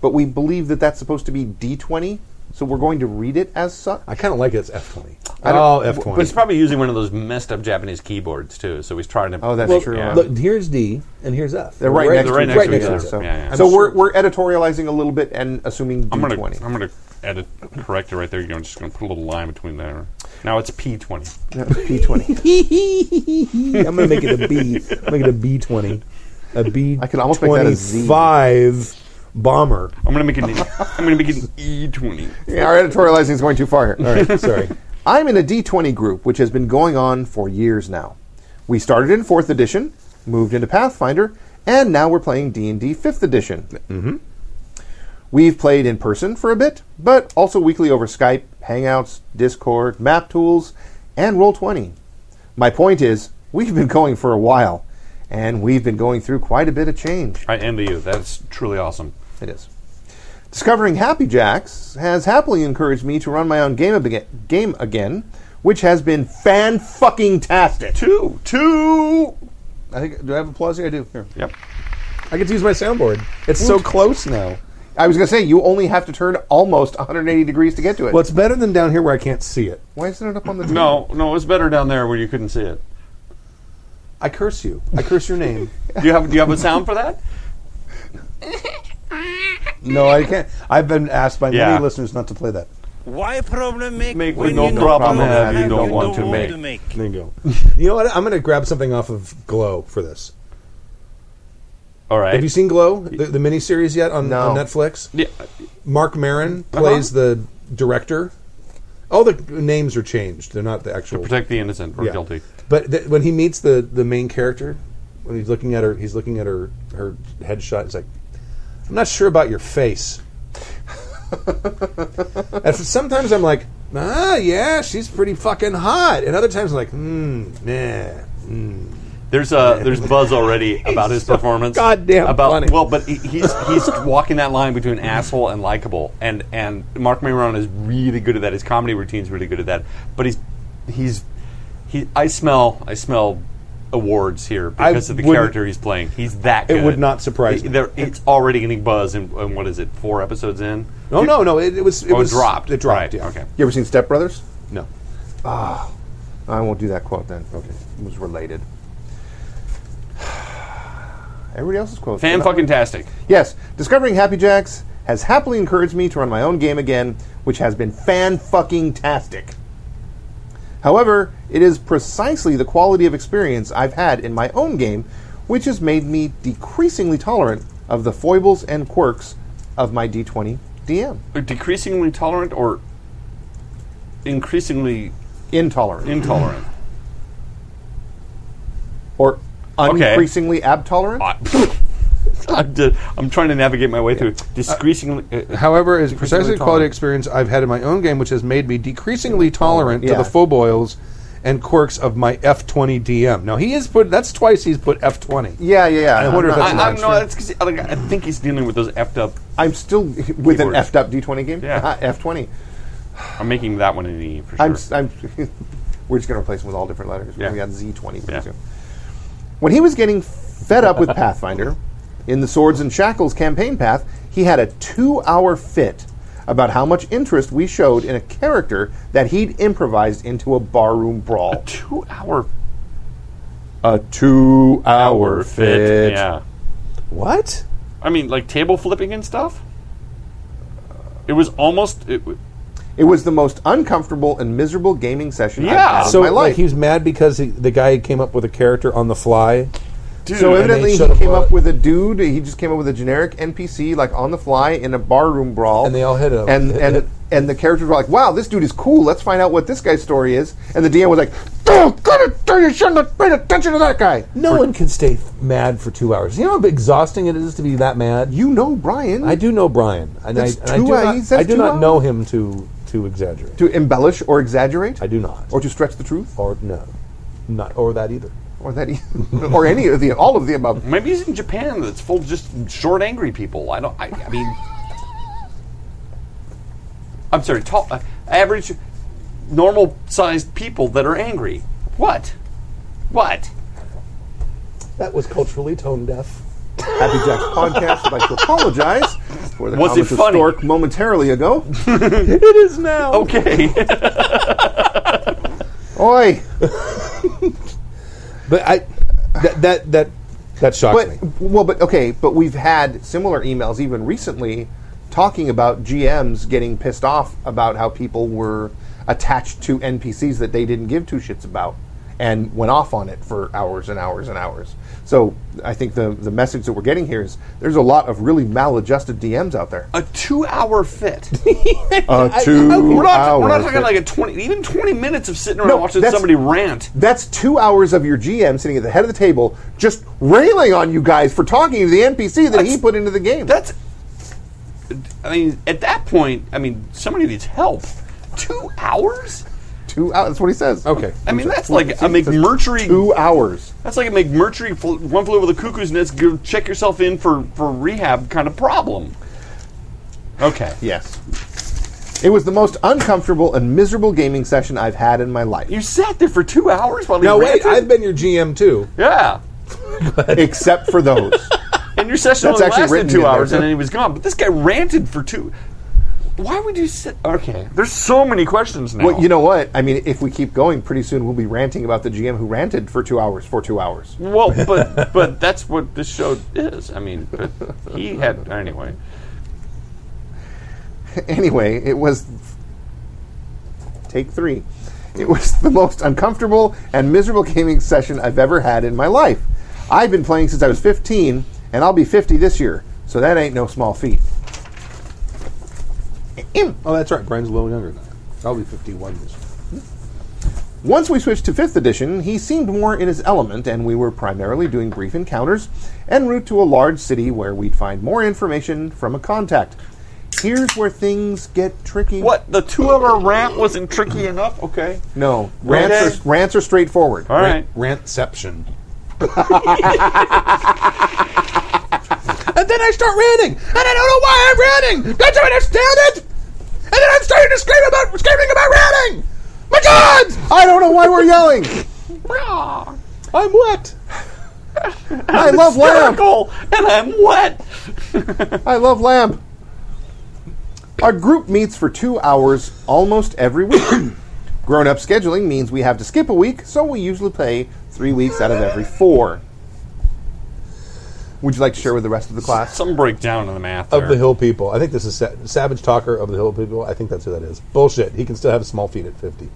Speaker 4: but we believe that that's supposed to be D20, so we're going to read it as such.
Speaker 2: I kind of like it. It's F twenty.
Speaker 4: I don't-
Speaker 2: Oh, F twenty.
Speaker 3: But
Speaker 2: (laughs)
Speaker 3: he's probably using one of those messed up Japanese keyboards too, so he's trying to.
Speaker 4: Oh, that's
Speaker 3: make-
Speaker 4: true.
Speaker 3: yeah.
Speaker 4: Look,
Speaker 2: here's D and here's F.
Speaker 4: They're right, next,
Speaker 3: they're right
Speaker 4: to,
Speaker 3: next to each other.
Speaker 4: So,
Speaker 3: Yeah, yeah.
Speaker 4: so
Speaker 2: I'm
Speaker 4: we're,
Speaker 2: sure-
Speaker 4: we're editorializing a little bit and assuming D20.
Speaker 3: I'm gonna I'm gonna edit correct it right there. You know, I'm just gonna put a little line between there. Now it's P twenty.
Speaker 4: No,
Speaker 3: (laughs)
Speaker 4: P20.
Speaker 2: I'm gonna make it a B. Make it a B twenty. A B.
Speaker 4: I could almost make that a Z.
Speaker 2: Five bomber.
Speaker 3: I'm gonna
Speaker 4: (laughs)
Speaker 3: make it. An, I'm gonna make it an E twenty.
Speaker 4: yeah, our editorializing is going too far here.
Speaker 2: All right. Sorry.
Speaker 4: I'm in a D20 group, which has been going on for years now. We started in 4th edition, moved into Pathfinder, and now we're playing D&D 5th edition. Mm-hmm. We've played in person for a bit, but also weekly over Skype, Hangouts, Discord, Map Tools, and Roll20. My point is, we've been going for a while, and we've been going through quite a bit of change.
Speaker 3: I envy you. That's truly awesome.
Speaker 4: It is. Discovering Happy Jacks has happily encouraged me to run my own game, abega- game again, which has been fan fucking tastic.
Speaker 3: Two, two.
Speaker 2: (laughs) I think. Do I have applause here? I do. Here.
Speaker 3: Yep.
Speaker 2: I get to use my soundboard. It's so close now.
Speaker 4: I was going to say, you only have to turn almost 180 degrees to get to it.
Speaker 2: Well, it's better than down here where I can't see it.
Speaker 4: Why isn't it up on the
Speaker 3: No, no, it's better down there where you couldn't see it.
Speaker 2: I curse you. I curse your name.
Speaker 3: Do you have Do you have a sound for that?
Speaker 2: (laughs) no, I can't. I've been asked by
Speaker 3: Yeah.
Speaker 2: many listeners not to play that.
Speaker 8: Why problem make,
Speaker 3: Make
Speaker 8: when
Speaker 3: no
Speaker 8: you know
Speaker 3: problem
Speaker 4: have, you
Speaker 8: you
Speaker 4: don't
Speaker 3: want to make.
Speaker 2: There you go. (laughs) you know what? I'm going to grab something off of Glow for this.
Speaker 3: All right.
Speaker 2: Have you seen Glow, the, the miniseries yet on,
Speaker 4: No.
Speaker 2: on Netflix?
Speaker 3: Yeah.
Speaker 2: Mark Maron plays the director. All the names are changed; they're not the actual.
Speaker 3: Protect the innocent or
Speaker 2: Yeah.
Speaker 3: guilty.
Speaker 2: But th- when he meets the the main character, when he's looking at her, he's looking at her her headshot. He's like, "I'm not sure about your face." and f- sometimes I'm like, "Ah, yeah, she's pretty fucking hot," and other times I'm like, "Hmm, nah."
Speaker 3: There's uh, there's buzz already about his performance.
Speaker 2: goddamn
Speaker 3: about
Speaker 2: funny.
Speaker 3: well, but he- he's he's walking that line between asshole and likable, and and Mark Maron is really good at that. His comedy routine's really good at that. But he's he's he. I smell I smell awards here
Speaker 2: I
Speaker 3: because of the
Speaker 2: wouldn't-
Speaker 3: character he's playing. He's that.
Speaker 2: It
Speaker 3: good.
Speaker 2: would not surprise
Speaker 3: He-
Speaker 2: me.
Speaker 3: there- it's already getting buzz, and what is it? Four episodes in.
Speaker 2: No, no, no. It, it was it
Speaker 3: oh,
Speaker 2: was
Speaker 3: dropped.
Speaker 2: It dropped.
Speaker 3: Right,
Speaker 2: Yeah.
Speaker 3: Okay.
Speaker 4: You ever seen Step Brothers?
Speaker 2: No.
Speaker 4: I won't do that quote then. Okay. It was related. (sighs) Everybody else's quote.
Speaker 3: Fan fucking tastic.
Speaker 4: Yes, discovering Happy Jacks has happily encouraged me to run my own game again, which has been fan fucking tastic. However, it is precisely the quality of experience I've had in my own game which has made me decreasingly tolerant of the foibles and quirks of my D20 DM.
Speaker 3: Decreasingly tolerant or increasingly
Speaker 4: Intolerant.
Speaker 3: intolerant.
Speaker 4: or
Speaker 3: Okay.
Speaker 4: increasingly abtolerant?
Speaker 3: I, (laughs) I'm, just, I'm trying to navigate my way through discreasingly. Uh,
Speaker 2: However, it's precisely the quality
Speaker 3: tolerant.
Speaker 2: experience I've had in my own game which has made me decreasingly tolerant to
Speaker 4: Yeah.
Speaker 2: the foibles and quirks of my F20 DM. Now he is put. That's twice he's put F20.
Speaker 4: Yeah, yeah, yeah.
Speaker 2: I wonder if that's
Speaker 4: I'm not-
Speaker 2: not
Speaker 3: I, I'm no, that's 'cause, like, I think he's dealing with those effed up.
Speaker 4: I'm still with an
Speaker 3: Keyboard.
Speaker 4: effed up D20 game. Uh,
Speaker 3: Yeah.
Speaker 4: F20.
Speaker 3: I'm making that one an E for sure.
Speaker 4: I'm, s- I'm (laughs) we're just going to replace them with all different letters.
Speaker 3: Yeah.
Speaker 4: We got Z20 pretty
Speaker 3: Yeah.
Speaker 4: soon. When he was getting fed up with Pathfinder in the Swords and Shackles campaign path, he had a two hour fit about how much interest we showed in a character that he'd improvised into a barroom brawl.
Speaker 3: two hour
Speaker 4: A two
Speaker 3: hour fit. Yeah.
Speaker 4: What?
Speaker 3: I mean, like table flipping and stuff. It was almost. It, w-
Speaker 4: It was the most uncomfortable and miserable gaming session
Speaker 3: Yeah.
Speaker 4: I've had
Speaker 2: So
Speaker 4: in my
Speaker 2: like
Speaker 4: life.
Speaker 2: he was mad because he, the guy came up with a character on the fly.
Speaker 4: so
Speaker 2: and
Speaker 4: evidently
Speaker 2: they
Speaker 4: he
Speaker 2: shut up
Speaker 4: came
Speaker 2: about
Speaker 4: up
Speaker 2: it.
Speaker 4: with a dude. He just came up with a generic NPC like on the fly in a barroom brawl,
Speaker 2: And they all hit him.
Speaker 4: And
Speaker 2: Hit-
Speaker 4: and
Speaker 2: hit.
Speaker 4: and the characters were like, "Wow, this dude is cool. Let's find out what this guy's story is." And the DM was like, "Oh, good, you shouldn't have paid attention to that guy."
Speaker 2: No one can stay f- mad for two hours. You know how exhausting it is to be that mad.
Speaker 4: You know, Brian,
Speaker 2: I do know Brian, and
Speaker 4: That's
Speaker 2: I, and I
Speaker 4: two
Speaker 2: do
Speaker 4: hours.
Speaker 2: not,
Speaker 4: He says
Speaker 2: I do
Speaker 4: two
Speaker 2: not
Speaker 4: hours.
Speaker 2: know him to to exaggerate.
Speaker 4: to embellish or exaggerate,
Speaker 2: I do not,
Speaker 4: or to stretch the truth,
Speaker 2: or no, not or that either.
Speaker 4: or that, he, (laughs) or any of the all of the above.
Speaker 3: maybe he's in Japan. That's full of just short, angry people. I don't. I, I mean, I'm sorry. Tall, uh, average, normal-sized people that are angry. What? What?
Speaker 2: That was culturally tone deaf.
Speaker 4: Happy Jack's podcast. I'd like to apologize for the
Speaker 3: Was it
Speaker 4: comments of
Speaker 3: funny?
Speaker 4: Stork momentarily ago.
Speaker 2: (laughs) It is now.
Speaker 3: Okay. (laughs)
Speaker 4: Oh, Oi.
Speaker 2: But I that that that that shocks
Speaker 4: but
Speaker 2: me.
Speaker 4: well, but okay, but we've had similar emails even recently talking about GMs getting pissed off about how people were attached to NPCs that they didn't give two shits about and went off on it for hours and hours and hours. So I think the the message that we're getting here is there's a lot of really maladjusted DMs out there.
Speaker 3: a two-hour fit.
Speaker 4: Uh, (laughs) two
Speaker 3: We're not, we're not talking like a twenty, even twenty minutes of sitting around
Speaker 4: No,
Speaker 3: watching
Speaker 4: that's-
Speaker 3: somebody rant.
Speaker 4: That's two hours of your GM sitting at the head of the table, just railing on you guys for talking to the NPC that he
Speaker 3: That's-
Speaker 4: put into the game.
Speaker 3: That's. I mean, at that point, I mean, somebody needs help. Two hours?
Speaker 4: two hours. That's what he says.
Speaker 2: Okay.
Speaker 3: I mean, that's like a McMurtry.
Speaker 4: Two hours.
Speaker 3: That's like a McMurtry fl- one flew over the cuckoo's nest. Go check yourself in for for rehab kind of problem. Okay.
Speaker 4: Yes. It was the most uncomfortable and miserable gaming session I've had in my life,
Speaker 3: You sat there for two hours while he
Speaker 2: Now wait,
Speaker 3: ranted?
Speaker 2: I've been your GM too.
Speaker 3: yeah.
Speaker 4: except for those.
Speaker 3: And your session
Speaker 4: That's
Speaker 3: only
Speaker 4: actually
Speaker 3: lasted
Speaker 4: written in
Speaker 3: two
Speaker 4: there.
Speaker 3: hours, and then he was gone. But this guy ranted for two. Why would you sit? Okay, there's so many questions now.
Speaker 4: Well, you know what? I mean, if we keep going, pretty soon we'll be ranting about the GM who ranted for two hours for two hours. (laughs)
Speaker 3: Well, but but that's what this show is. I mean, but he had anyway.
Speaker 4: anyway, it was take three. It was the most uncomfortable and miserable gaming session I've ever had in my life. I've been playing since I was 15, and I'll be 50 this year, so that ain't no small feat. Ahem.
Speaker 2: Oh, that's right. Brian's a little younger than I. I'll be fifty-one this. year.
Speaker 4: Once we switched to 5th edition, he seemed more in his element, and we were primarily doing brief encounters en route to a large city where we'd find more information from a contact. Here's where things get tricky.
Speaker 3: What the two-hour rant wasn't tricky enough. Okay,
Speaker 4: No. Rants,
Speaker 3: Okay.
Speaker 4: are, rants are straightforward.
Speaker 3: all right.
Speaker 2: (laughs) Rantception. and then I start ranting, and I don't know why I'm ranting. Don't you understand it? And then I'm starting to scream about screaming about ranting. My God!
Speaker 4: I don't know why
Speaker 3: (laughs)
Speaker 4: we're yelling.
Speaker 3: Rah.
Speaker 2: I'm what?
Speaker 4: I love lamb.
Speaker 3: Hysterical, and I'm wet.
Speaker 4: I love lamb. Our group meets for two hours almost
Speaker 2: (coughs)
Speaker 4: every week. Grown up scheduling means we have to skip a week, so we usually play three weeks out of every four. Would you like to share with the rest of the class?
Speaker 3: Some breakdown in the math
Speaker 2: Of
Speaker 3: there.
Speaker 2: the Hill People. I think this is Sa- Savage Talker of the Hill People. I think that's who that is. Bullshit. He can still have small feet at 50.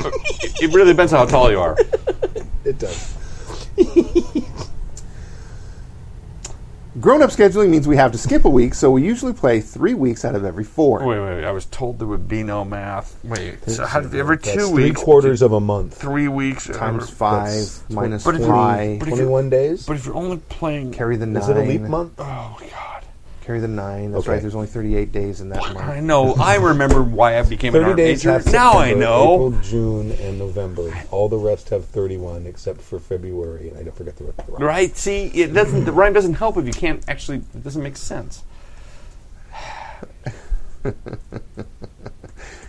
Speaker 3: It really depends on how tall (laughs) you are.
Speaker 2: It does.
Speaker 4: Grown up scheduling means we have to skip a week, so we usually play three weeks out of every four.
Speaker 7: Wait, wait, wait. I was told there would be no math. Wait, so how did every
Speaker 2: That's
Speaker 7: two
Speaker 2: three
Speaker 7: weeks,
Speaker 2: quarters of a month.
Speaker 7: three weeks,
Speaker 4: Times
Speaker 7: or-
Speaker 4: five
Speaker 2: That's tw-
Speaker 4: minus
Speaker 7: but if you-
Speaker 4: y.
Speaker 7: but if you-
Speaker 2: Twenty-one days.
Speaker 7: But if you're only playing,
Speaker 4: Carry the nine.
Speaker 2: Is it a leap month?
Speaker 7: oh god,
Speaker 4: Carry the nine. That's
Speaker 2: Okay.
Speaker 4: right. There's only 38 days in that month.
Speaker 7: I know. I remember why I became an
Speaker 2: Thirty
Speaker 7: art
Speaker 2: days.
Speaker 7: major.
Speaker 2: have
Speaker 7: Now I
Speaker 2: September,
Speaker 7: know.
Speaker 2: April, June, and November. All the rest have thirty-one, except for February, and I don't forget the rest. Of the month.
Speaker 3: Right? See, it doesn't. The rhyme doesn't help if you can't actually. It doesn't make sense.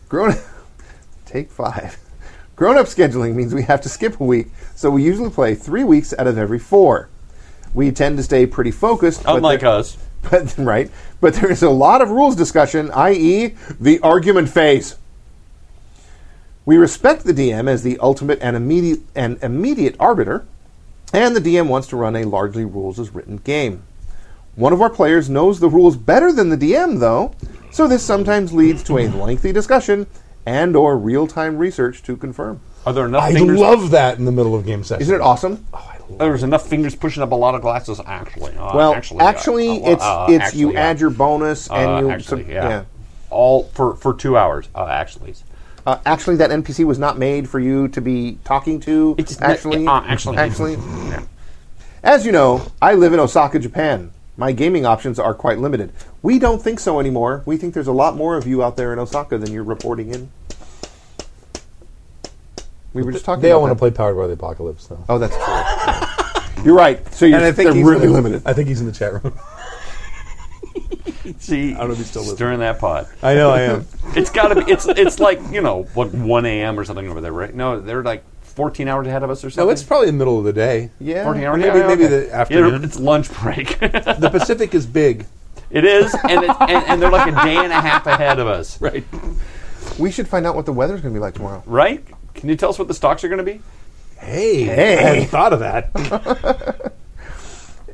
Speaker 4: Grown (laughs) take five. Grown up scheduling means we have to skip a week, so we usually play three weeks out of every four. We tend to stay pretty focused. but
Speaker 3: Unlike
Speaker 4: there-
Speaker 3: us,
Speaker 4: But, right. But there is a lot of rules discussion, i.e., the argument phase. We respect the DM as the ultimate and immediate, and immediate arbiter, and the DM wants to run a largely rules as written game. One of our players knows the rules better than the DM, though, so this sometimes
Speaker 3: (laughs)
Speaker 4: leads to a lengthy discussion and or real-time research to confirm.
Speaker 3: are there enough
Speaker 2: I
Speaker 3: fingers?
Speaker 2: love that in the middle of game session.
Speaker 4: Isn't it awesome?
Speaker 3: Uh, there's enough fingers pushing up a lot of glasses. Actually, Uh,
Speaker 4: well,
Speaker 3: actually,
Speaker 4: actually,
Speaker 3: uh, uh,
Speaker 4: it's
Speaker 3: uh,
Speaker 4: it's
Speaker 3: actually,
Speaker 4: you
Speaker 3: yeah.
Speaker 4: add your bonus and
Speaker 3: Uh,
Speaker 4: you
Speaker 3: actually,
Speaker 4: so-
Speaker 3: yeah. all for for two hours. Uh, actually,
Speaker 4: Uh, actually, that NPC was not made for you to be talking to.
Speaker 3: It's not-
Speaker 4: actually,
Speaker 3: uh, actually.
Speaker 4: actually. As you know, I live in Osaka, Japan. My gaming options are quite limited. We don't think so anymore. We think there's a lot more of you out there in Osaka than you're reporting in. We were just talking.
Speaker 2: They
Speaker 4: about
Speaker 2: all want to
Speaker 4: that.
Speaker 2: play Powered by the Apocalypse, though.
Speaker 4: Oh, that's true. you're right. So you're,
Speaker 2: And I think
Speaker 4: they're
Speaker 2: he's
Speaker 4: really
Speaker 2: in the-
Speaker 4: limited.
Speaker 2: I think he's in the chat room.
Speaker 3: (laughs) see, I
Speaker 2: don't know if he's still listening.
Speaker 3: stirring that pot.
Speaker 2: I know I (laughs) am.
Speaker 3: It's got to be. It's it's like you know what one a.m. or something over there, right? No, they're like fourteen hours ahead of us or something.
Speaker 2: no, Oh, it's probably the middle of the day.
Speaker 4: Yeah.
Speaker 3: fourteen hours.
Speaker 2: Maybe-
Speaker 3: Yeah,
Speaker 2: maybe
Speaker 3: okay.
Speaker 2: the afternoon.
Speaker 3: Yeah, it's lunch break. (laughs)
Speaker 2: The Pacific is big.
Speaker 3: it is, and, it, and and they're like a day and a half ahead of us,
Speaker 2: (laughs) Right.
Speaker 4: We should find out what the weather's going to be like tomorrow.
Speaker 3: right? Can you tell us what the stocks are going to be?
Speaker 2: Hey,
Speaker 4: Hey.
Speaker 2: I hadn't thought of that.
Speaker 4: (laughs)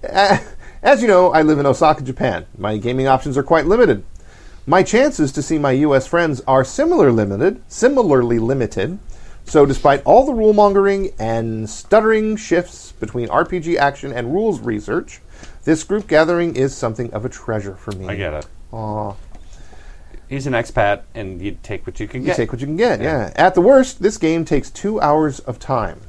Speaker 4: As you know, I live in Osaka, Japan. My gaming options are quite limited. My chances to see my US friends are similar limited, similarly limited. So despite all the rule-mongering and stuttering shifts between RPG action and rules research, this group gathering is something of a treasure for me.
Speaker 3: I get it. Aww. He's an expat, and you take what you can
Speaker 4: You
Speaker 3: get.
Speaker 4: take what you can get, yeah. At the worst, this game takes two hours of time,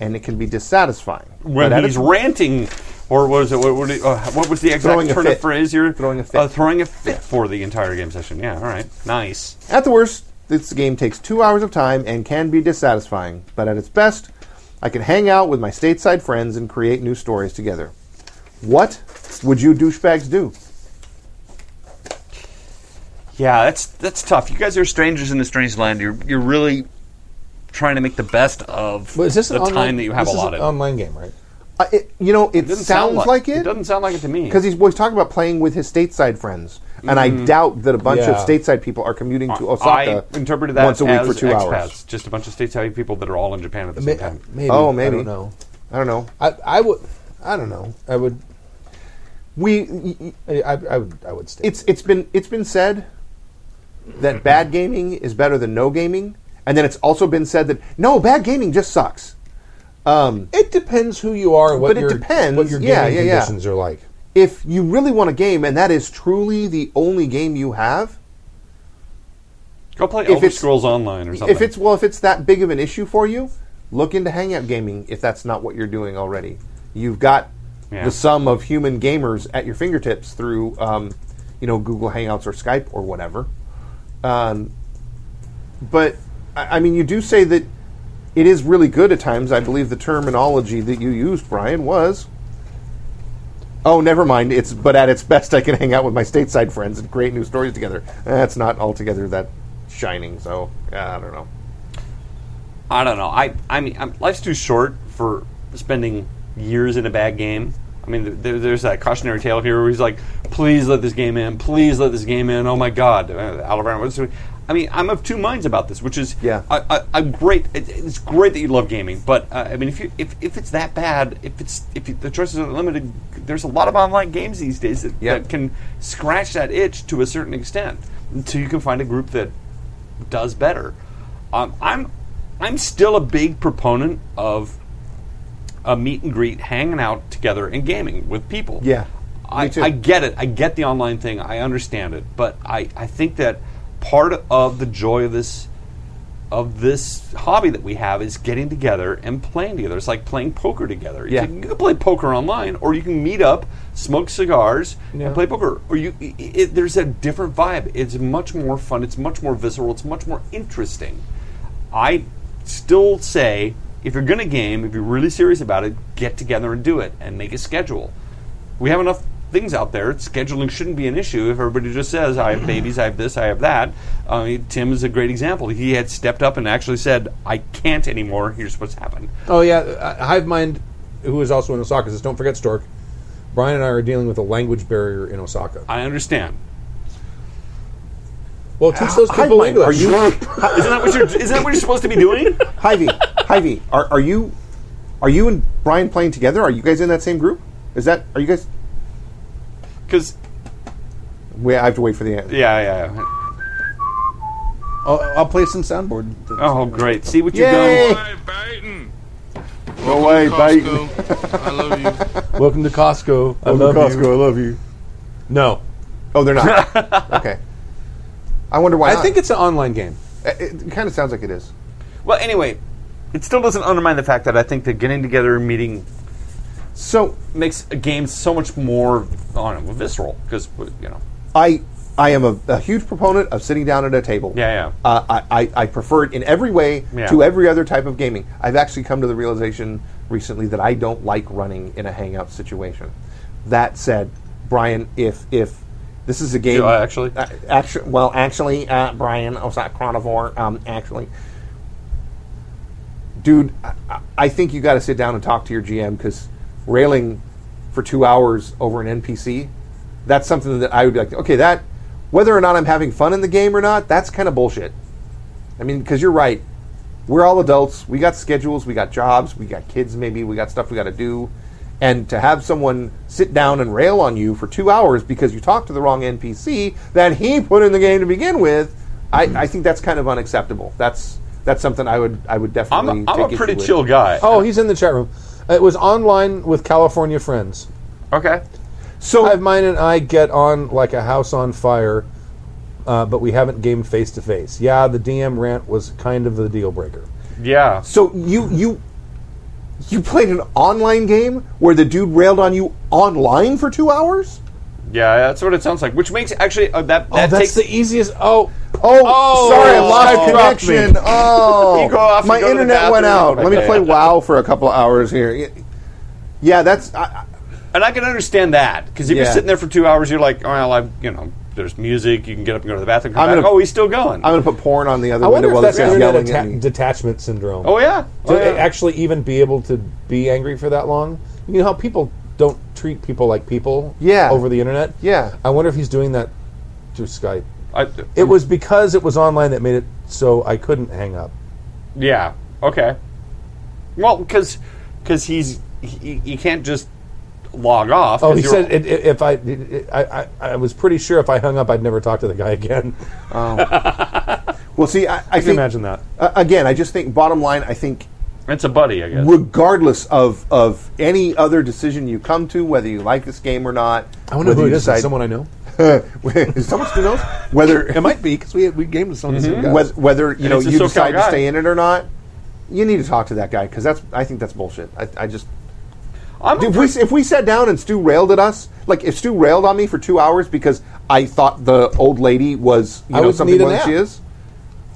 Speaker 4: and it can be dissatisfying.
Speaker 3: when
Speaker 4: But at
Speaker 3: he's
Speaker 4: its-
Speaker 3: ranting, or what was it? What, what, did- uh, what was the exact
Speaker 4: Throwing a
Speaker 3: turn of
Speaker 4: fit.
Speaker 3: phrase? You're
Speaker 4: Throwing a fit.
Speaker 3: Uh, throwing a fit for the entire game session. Yeah, all right, nice.
Speaker 4: At the worst, this game takes two hours of time and can be dissatisfying, but at its best, I can hang out with my stateside friends and create new stories together. What would you douchebags do?
Speaker 7: Yeah, that's that's tough. You guys are strangers in a strange land. You're you're really trying to make the best of
Speaker 2: But is this
Speaker 7: the
Speaker 2: an online,
Speaker 7: time that you have
Speaker 2: this is an
Speaker 7: allotted.
Speaker 2: online game, right?
Speaker 4: Uh, it, you know, it,
Speaker 3: It doesn't
Speaker 4: um,
Speaker 3: sound
Speaker 4: sounds
Speaker 3: like,
Speaker 4: like
Speaker 3: It
Speaker 4: it
Speaker 3: doesn't sound like it to me.
Speaker 4: because he's always talking about playing with his stateside friends, and I doubt that a bunch of
Speaker 2: Yeah.
Speaker 4: stateside people are commuting to
Speaker 3: Mm-hmm. I
Speaker 4: Osaka
Speaker 3: interpreted that
Speaker 4: once a week
Speaker 3: as
Speaker 4: for two
Speaker 3: expats,
Speaker 4: hours.
Speaker 3: just a bunch of stateside people that are all in Japan at the same time.
Speaker 2: Maybe.
Speaker 4: Oh,
Speaker 2: I
Speaker 4: maybe.
Speaker 2: don't know.
Speaker 4: I don't know.
Speaker 2: I, I would. I don't know. I would.
Speaker 4: We y- y-
Speaker 2: I, I, I would. I would stay.
Speaker 4: it's it's been it's been said that bad gaming is better than no gaming, and then it's also been said that no bad gaming just sucks. Um,
Speaker 2: it depends who you are and what
Speaker 4: But it
Speaker 2: your
Speaker 4: depends.
Speaker 2: what your gaming
Speaker 4: Yeah, yeah, yeah.
Speaker 2: conditions are like.
Speaker 4: If you really want a game and that is truly the only game you have,
Speaker 3: Go play Elder
Speaker 4: it's-
Speaker 3: Scrolls Online or something.
Speaker 4: if it's well if it's that big of an issue for you, look into hangout gaming if that's not what you're doing already. You've got
Speaker 3: Yeah.
Speaker 4: the sum of human gamers at your fingertips through um, you know Google Hangouts or Skype or whatever. Um, but I, I mean, you do say that it is really good at times. I believe the terminology that you used, Brian, was. Oh, never mind. It's but at its best, I can hang out with my stateside friends and create new stories together. That's not altogether that shining. So uh, I don't know.
Speaker 3: I don't know. I I mean, i life's too short for spending years in a bad game. I mean, th- there, there's that cautionary tale here where he's like, "Please let this game in. Please let this game in. Oh my God, uh, Alvarez, what's doing?" I mean, I'm of two minds about this, which is
Speaker 4: Yeah.
Speaker 3: I, I, I'm great. It, it's great that you love gaming, but uh, I mean, if you if, if it's that bad, if it's if you, the choices are limited, there's a lot of online games these days that,
Speaker 4: Yeah.
Speaker 3: that can scratch that itch to a certain extent until you can find a group that does better. Um, I'm I'm still a big proponent of a meet and greet, hanging out together and gaming with people.
Speaker 4: Yeah.
Speaker 3: I,
Speaker 4: too.
Speaker 3: I get it. I get the online thing. I understand it. But I, I think that part of the joy of this of this hobby that we have is getting together and playing together. It's like playing poker together. You
Speaker 4: Yeah.
Speaker 3: can- You can play poker online, or you can meet up, smoke cigars,
Speaker 2: Yeah.
Speaker 3: and play poker. Or you, i- i it, there's a different vibe. It's much more fun. It's much more visceral. It's much more interesting. I still say if you're going to game, if you're really serious about it, get together and do it and make a schedule. We have enough things out there. Scheduling shouldn't be an issue if everybody just says, I
Speaker 4: Mm-hmm.
Speaker 3: have babies, I have this, I have that. I mean, Tim is a great example. He had stepped up and actually said, I can't anymore. Here's what's happened.
Speaker 2: Oh yeah, uh, Hive Mind, who is also in Osaka, says, "Don't forget Stork." Brian and I are dealing with a language barrier in Osaka.
Speaker 3: I understand.
Speaker 2: Well, teach those
Speaker 4: Hi,
Speaker 2: people
Speaker 4: Mike,
Speaker 2: English.
Speaker 4: Uh, are you
Speaker 3: Isn't that
Speaker 4: (laughs)
Speaker 3: what you're, isn't that what you're supposed to be doing?
Speaker 4: Hy-Vee, Hy-Vee, are, are you are you and Brian playing together? Are you guys in that same group? Is that are you guys?
Speaker 3: Because,
Speaker 4: Wait, I have to wait for the answer.
Speaker 3: yeah, yeah, yeah.
Speaker 8: I'll, I'll play some soundboard.
Speaker 3: Oh, great. See what you've
Speaker 4: Yay!
Speaker 3: done?
Speaker 1: Hey, Biden.
Speaker 4: Go away, Biden.
Speaker 1: Costco. I love you.
Speaker 8: Welcome to Costco. I love
Speaker 4: Costco,
Speaker 8: you.
Speaker 4: I love you.
Speaker 2: No,
Speaker 4: Oh, they're not. okay. I wonder why.
Speaker 2: I think it's an online game.
Speaker 4: it, kind of sounds like it is.
Speaker 3: Well, anyway, it still doesn't undermine the fact that I think that getting together and meeting
Speaker 4: So
Speaker 3: makes a game so much more I don't know, visceral because you know.
Speaker 4: I I am a, a huge proponent of sitting down at a table.
Speaker 3: Yeah, yeah.
Speaker 4: Uh, I, I, I prefer it in every way
Speaker 3: Yeah.
Speaker 4: to every other type of gaming. I've actually come to the realization recently that I don't like running in a hangout situation. That said, Brian, if if this is a game,
Speaker 3: Do I actually?
Speaker 4: actually, uh, well, actually, uh, Brian, I was not carnivore. Um, actually, dude, I- I, I think you got to sit down and talk to your GM because railing for two hours over an NPC, that's something that I would be like, okay, that whether or not I'm having fun in the game or not, that's kind of bullshit. I mean, because you're right, we're all adults. We got schedules, we got jobs, we got kids, maybe we got stuff we got to do, and to have someone sit down and rail on you for two hours because you talked to the wrong NPC that he put in the game to begin with, I, I think that's kind of unacceptable. That's that's something I would I would
Speaker 3: I'm
Speaker 4: definitely.
Speaker 3: a, I'm a
Speaker 4: take
Speaker 3: pretty
Speaker 4: issue with.
Speaker 3: chill guy.
Speaker 2: Oh, he's in the chat room. It was online with California friends.
Speaker 3: okay.
Speaker 4: So
Speaker 2: Hive Mind and I get on like a house on fire, uh, but we haven't gamed face to face. Yeah, the DM rant was kind of the deal breaker.
Speaker 3: Yeah.
Speaker 4: So you you you played an online game where the dude railed on you online for two hours?
Speaker 3: Yeah. That's what it sounds like. Which makes actually uh, that
Speaker 2: Oh,
Speaker 3: that takes
Speaker 2: easiest. Oh,
Speaker 4: Oh,
Speaker 2: Oh,
Speaker 4: sorry, I lost
Speaker 2: Skype dropped me.
Speaker 4: connection. Oh,
Speaker 3: You go off and
Speaker 4: my
Speaker 3: go to the
Speaker 4: internet went out.
Speaker 3: bathroom.
Speaker 4: Let me
Speaker 3: Okay.
Speaker 4: play WoW for a couple of hours here. Yeah, that's I,
Speaker 3: and I can understand that because if
Speaker 4: Yeah.
Speaker 3: you're sitting there for two hours, you're like, oh, well, I'm you know, there's music. You can get up and go to the bathroom. Come
Speaker 4: I'm
Speaker 3: back.
Speaker 4: gonna-
Speaker 3: oh, he's still going.
Speaker 4: I'm gonna put porn on the other
Speaker 2: I wonder
Speaker 4: window
Speaker 2: if
Speaker 4: while
Speaker 2: that's
Speaker 4: this guy's
Speaker 2: internet
Speaker 4: yelling
Speaker 2: atta-
Speaker 4: at me.
Speaker 2: detachment syndrome.
Speaker 3: oh yeah.
Speaker 2: to
Speaker 3: Oh, yeah.
Speaker 2: actually even be able to be angry for that long. You know how people don't treat people like people
Speaker 4: Yeah.
Speaker 2: over the internet?
Speaker 4: Yeah.
Speaker 2: I wonder if he's doing that through Skype.
Speaker 3: I-
Speaker 4: Mm.
Speaker 2: It was because it was online that made it so I couldn't hang up.
Speaker 3: yeah. Okay. Well, because because he's he, you can't just log off.
Speaker 2: Oh,
Speaker 3: 'cause
Speaker 2: he
Speaker 3: you're-
Speaker 2: said it, it, if I, it, it- I, I, I was pretty sure if I hung up, I'd never talk to the guy again. (laughs)
Speaker 4: Well, see, I, I
Speaker 2: I can
Speaker 4: think
Speaker 2: imagine that.
Speaker 4: uh, again. I just think bottom line. I think
Speaker 3: it's a buddy. I guess.
Speaker 4: regardless of of any other decision you come to, whether you like this game or not,
Speaker 2: I wonder
Speaker 4: whether
Speaker 2: who
Speaker 4: you
Speaker 2: it is. Is it
Speaker 4: decide-
Speaker 2: Someone I know.
Speaker 4: (laughs) is someone who knows
Speaker 2: (laughs)
Speaker 4: whether
Speaker 8: It might be because we we gamed with some of the same guys.
Speaker 4: Mm-hmm. whether, whether you know
Speaker 3: it's a
Speaker 4: you
Speaker 3: SoCal
Speaker 4: decide to
Speaker 3: guy.
Speaker 4: stay in it or not. You need to talk to that guy because that's I think that's bullshit. I, I just
Speaker 3: I'm a
Speaker 4: if we if we sat down and Stu railed at us, like if Stu railed on me for two hours because I thought the old lady was you
Speaker 2: I
Speaker 4: know
Speaker 2: would
Speaker 4: something
Speaker 2: need a
Speaker 4: more than
Speaker 2: nap.
Speaker 4: she is,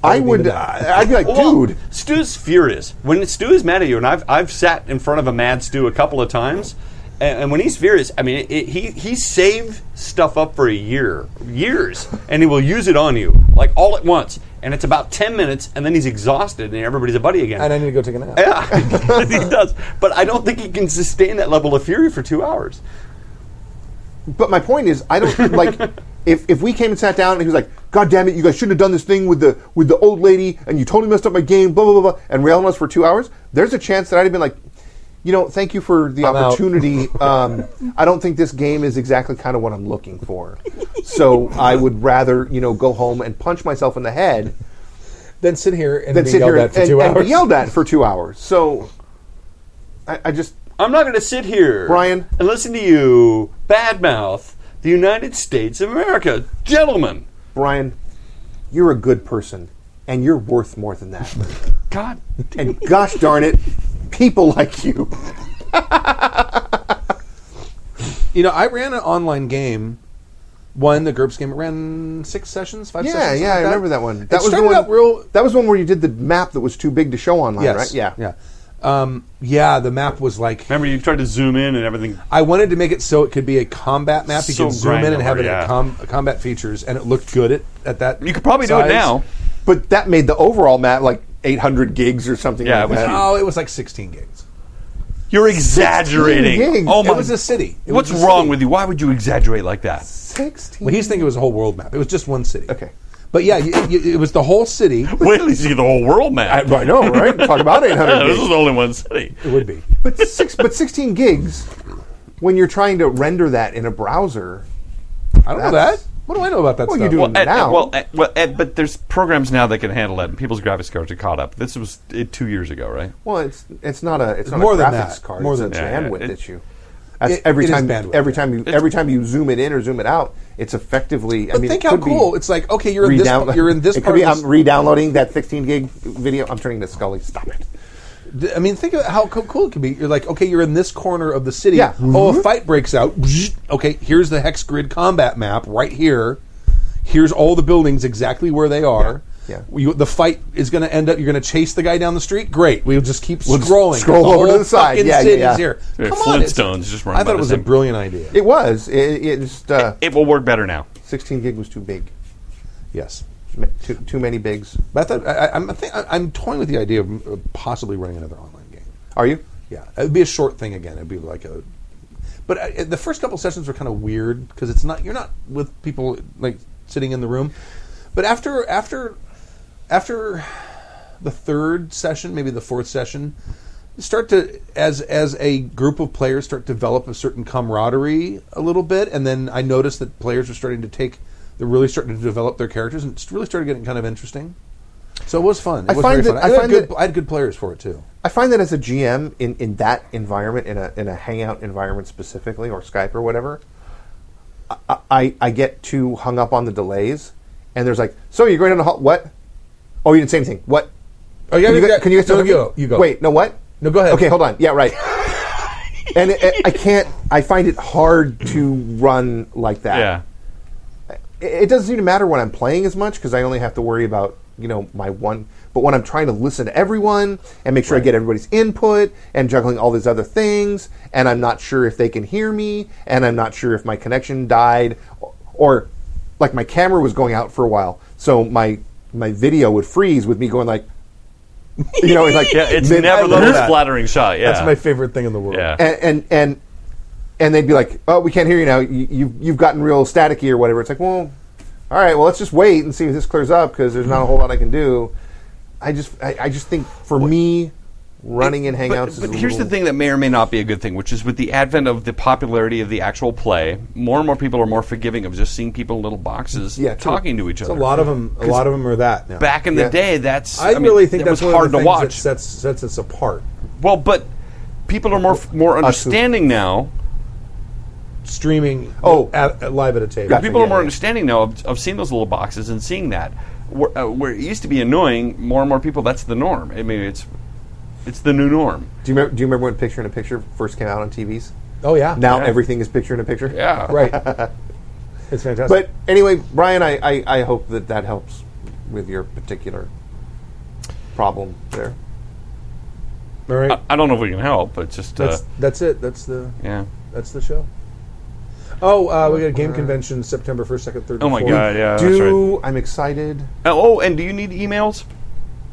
Speaker 4: I
Speaker 2: would
Speaker 4: would
Speaker 2: need a
Speaker 4: I, I'd be like,
Speaker 3: Well,
Speaker 4: dude,
Speaker 3: Stu's furious. When Stu is mad at you, and I've I've sat in front of a mad Stu a couple of times, and, and when he's furious, I mean, it, he he saved stuff up for a year, years, and he will use it on you like all at once, and it's about ten minutes, and then he's exhausted, and everybody's a buddy again.
Speaker 2: And I need to go take
Speaker 3: Eh?
Speaker 2: a
Speaker 3: (laughs)
Speaker 2: nap.
Speaker 3: yeah, (laughs) he does, but I don't think he can sustain that level of fury for two hours.
Speaker 4: But my point is, I
Speaker 2: (laughs)
Speaker 4: don't like if, if we came and sat down and he was like, "God damn it, you guys shouldn't have done this thing with the with the old lady, and you totally messed up my game," blah blah blah, blah and railing us for two hours. There's a chance that I'd have been like, you know, thank you for the
Speaker 2: I'm out." (laughs)
Speaker 4: opportunity. Um, I don't think this game is exactly kind of what I'm looking for, so I would rather you know go home and punch myself in the head
Speaker 2: Then sit here and
Speaker 4: than
Speaker 2: be
Speaker 4: sit
Speaker 2: yelled
Speaker 4: here
Speaker 2: at
Speaker 4: and,
Speaker 2: for two
Speaker 4: and
Speaker 2: hours.
Speaker 4: be yelled at for two hours. So I, I just
Speaker 3: I'm not going to sit here,
Speaker 4: Brian.
Speaker 3: and listen to you
Speaker 9: badmouth the United States of America. Gentlemen,
Speaker 4: Brian, you're a good person, and you're worth more than that.
Speaker 9: God,
Speaker 4: and gosh darn it, people like you.
Speaker 2: You know, I ran an online game, one the GURPS game. It ran six sessions, five
Speaker 4: Yeah,
Speaker 2: sessions.
Speaker 4: yeah, I
Speaker 2: something like
Speaker 4: remember that one.
Speaker 2: it
Speaker 4: That was the
Speaker 2: started
Speaker 4: one.
Speaker 2: out real.
Speaker 4: that was one where you did the map that was too big to show online,
Speaker 2: Yes,
Speaker 4: right? Yeah,
Speaker 2: yeah, um, yeah. The map was like
Speaker 3: Remember, you tried to zoom in and everything.
Speaker 2: I wanted to make it so it could be a combat map. You
Speaker 3: So
Speaker 2: could zoom in and have
Speaker 3: granular,
Speaker 2: it
Speaker 3: yeah.
Speaker 2: at com- combat features, and it looked good at, at that.
Speaker 3: You could probably do
Speaker 2: size.
Speaker 3: it now.
Speaker 4: But that made the overall map like 800 gigs or something.
Speaker 3: Yeah,
Speaker 4: like
Speaker 3: it was
Speaker 4: that.
Speaker 3: huge.
Speaker 2: Oh, it was like 16 gigs.
Speaker 3: You're exaggerating.
Speaker 4: gigs.
Speaker 3: Oh
Speaker 4: It
Speaker 3: my!
Speaker 2: It was a city. It
Speaker 3: what's
Speaker 2: was a
Speaker 3: wrong
Speaker 2: city.
Speaker 3: with you? Why would you exaggerate like that?
Speaker 4: 16.
Speaker 2: Well, he's thinking it was a whole world map. It was just one city.
Speaker 4: Okay.
Speaker 2: But yeah, you, you, it was the whole city.
Speaker 3: Wait till you see the whole world
Speaker 4: I,
Speaker 3: map.
Speaker 4: I know, right? Talk about 800
Speaker 3: (laughs) this is
Speaker 4: gigs.
Speaker 3: only one city.
Speaker 2: It would be.
Speaker 4: But six, but 16 gigs when you're trying to render that in a browser.
Speaker 2: I don't know that.
Speaker 4: That's-
Speaker 2: What do I know about that
Speaker 4: Well, you
Speaker 2: stuff?
Speaker 4: do-
Speaker 3: Well, at,
Speaker 4: Now.
Speaker 3: well, at, well at, but there's programs now that can handle that, and people's graphics cards are caught up. This was uh, two years ago, right?
Speaker 4: Well, it's it's not a it's not
Speaker 2: More
Speaker 4: a
Speaker 2: than
Speaker 4: graphics
Speaker 2: that.
Speaker 4: card.
Speaker 2: More
Speaker 4: it's
Speaker 2: than
Speaker 4: a
Speaker 3: that. Yeah,
Speaker 4: bandwidth
Speaker 3: it-
Speaker 4: issue. That's
Speaker 2: It-
Speaker 4: every
Speaker 2: it is
Speaker 4: time
Speaker 2: bandwidth,
Speaker 4: every
Speaker 2: yeah.
Speaker 4: time you every time you zoom it in or zoom it out, it's effectively. I
Speaker 2: But
Speaker 4: mean,
Speaker 2: think
Speaker 4: it
Speaker 2: how
Speaker 4: could be
Speaker 2: cool. It's like, okay, you're in this,
Speaker 4: redownload-
Speaker 2: you're in this
Speaker 4: (laughs) it
Speaker 2: part
Speaker 4: Could be,
Speaker 2: of this-
Speaker 4: I'm re-downloading that 16 gig video. I'm turning to Scully. Stop it.
Speaker 2: D- I mean, think of how co- cool it could be. You're like, okay, you're in this corner of the city.
Speaker 4: Yeah. Mm-hmm.
Speaker 2: Oh, a fight breaks out. (laughs) Okay, here's the hex grid combat map right here. Here's all the buildings exactly where they are.
Speaker 4: Yeah.
Speaker 2: You, the fight is going to end up. You're going to chase the guy down the street. Great. We'll just keep
Speaker 4: just
Speaker 2: scrolling.
Speaker 4: scroll
Speaker 2: The
Speaker 4: over to
Speaker 2: whole
Speaker 4: the side.
Speaker 2: fucking
Speaker 4: Yeah, yeah,
Speaker 2: city's
Speaker 4: yeah.
Speaker 2: Here.
Speaker 3: Yeah,
Speaker 2: Come on, it's-
Speaker 3: Stones just running.
Speaker 2: I thought it was a brilliant idea.
Speaker 4: It was. It, it just uh,
Speaker 3: It will work better now.
Speaker 4: 16 gig was too big.
Speaker 2: yes.
Speaker 4: Ma- Too, too many bigs.
Speaker 2: But I thought I, I- I'm I think, I, I'm toying with the idea of uh, possibly running another online game.
Speaker 4: Are you?
Speaker 2: Yeah, it would be a short thing again. It'd be like a, but uh, the first couple sessions were kind of weird because it's not you're not with people like sitting in the room, but after after after the third session, maybe the fourth session, start to as as a group of players start to develop a certain camaraderie a little bit, and then I noticed that players are starting to take they're really starting to develop their characters, and it's really started getting kind of interesting. So it was fun. It
Speaker 4: I
Speaker 2: was
Speaker 4: find
Speaker 2: very
Speaker 4: that-
Speaker 2: fun.
Speaker 4: I
Speaker 2: I, had
Speaker 4: find
Speaker 2: good,
Speaker 4: that-
Speaker 2: I had good players for it too.
Speaker 4: I find that as a GM in, in that environment, in a in a hangout environment specifically, or Skype or whatever, I, I, I get too hung up on the delays. And there's like, so you're going on a hall? What? Oh, you didn't say anything. What?
Speaker 2: Oh, yeah,
Speaker 4: Can you,
Speaker 2: you
Speaker 4: guys-
Speaker 2: got-
Speaker 4: can you guys
Speaker 2: no,
Speaker 4: tell me-
Speaker 2: you go, you go.
Speaker 4: Wait, no, what?
Speaker 2: No, go ahead.
Speaker 4: Okay, hold on. Yeah, right. and it, it- I can't. I find it hard to run like that.
Speaker 3: Yeah.
Speaker 4: it it doesn't even matter when I'm playing as much because I only have to worry about you know my one. But when I'm trying to listen to everyone and make sure I get everybody's input and juggling all these other things, and I'm not sure if they can hear me, and I'm not sure if my connection died, or, or like my camera was going out for a while, so my my video would freeze with me going like, you know, it's like
Speaker 3: (laughs) Yeah, it's
Speaker 4: mid-
Speaker 3: never the
Speaker 2: love
Speaker 3: most
Speaker 2: that.
Speaker 3: flattering shot. Yeah,
Speaker 2: That's my favorite thing in the world.
Speaker 3: Yeah.
Speaker 4: and and and and they'd be like, "Oh, we can't hear you now. You, you've you've gotten real staticky or whatever." It's like, well, all right, well, let's just wait and see if this clears up because there's not a whole lot I can do. I just I, I just think for me, running in
Speaker 3: But-
Speaker 4: Hangouts. is
Speaker 3: But,
Speaker 4: a
Speaker 3: here's the
Speaker 4: little-
Speaker 3: thing that may or may not be a good thing, which is with the advent of the popularity of the actual play, more and more people are more forgiving of just seeing people in little boxes
Speaker 4: Yeah, true.
Speaker 3: talking to each
Speaker 2: It's
Speaker 3: other.
Speaker 2: a lot of them. A lot of them are that now.
Speaker 3: Back in the
Speaker 4: Yeah.
Speaker 3: day, that's
Speaker 2: I,
Speaker 3: mean,
Speaker 2: really think
Speaker 3: it
Speaker 2: that's
Speaker 3: was
Speaker 2: one
Speaker 3: hard
Speaker 2: of the
Speaker 3: to
Speaker 2: things that
Speaker 3: watch.
Speaker 2: sets sets us apart.
Speaker 3: well, but people are more f- more understanding now.
Speaker 2: Streaming.
Speaker 4: Oh.
Speaker 2: at, at live at a table.
Speaker 4: Gotcha.
Speaker 3: People are
Speaker 4: yeah,
Speaker 3: more
Speaker 4: yeah.
Speaker 3: understanding now of, of seeing those little boxes and seeing that where, uh, where it used to be annoying. More and more people, that's the norm. I mean, it's it's the new norm.
Speaker 4: Do you remember, do you remember when picture in a picture first came out on TVs?
Speaker 2: Oh yeah.
Speaker 4: Now
Speaker 3: Yeah.
Speaker 4: everything is picture in a picture.
Speaker 3: Yeah, (laughs)
Speaker 2: Right. it's fantastic.
Speaker 4: But anyway, Brian, I, I, I hope that that helps with your particular problem there.
Speaker 2: all right.
Speaker 3: I, I don't know if we can help, but just uh,
Speaker 2: that's that's it. That's the
Speaker 3: yeah.
Speaker 2: that's the show. Oh, uh, we got a game convention September first, second, third.
Speaker 3: Oh my god, yeah. that's right.
Speaker 4: do I'm excited.
Speaker 3: Oh, oh, and do you need emails?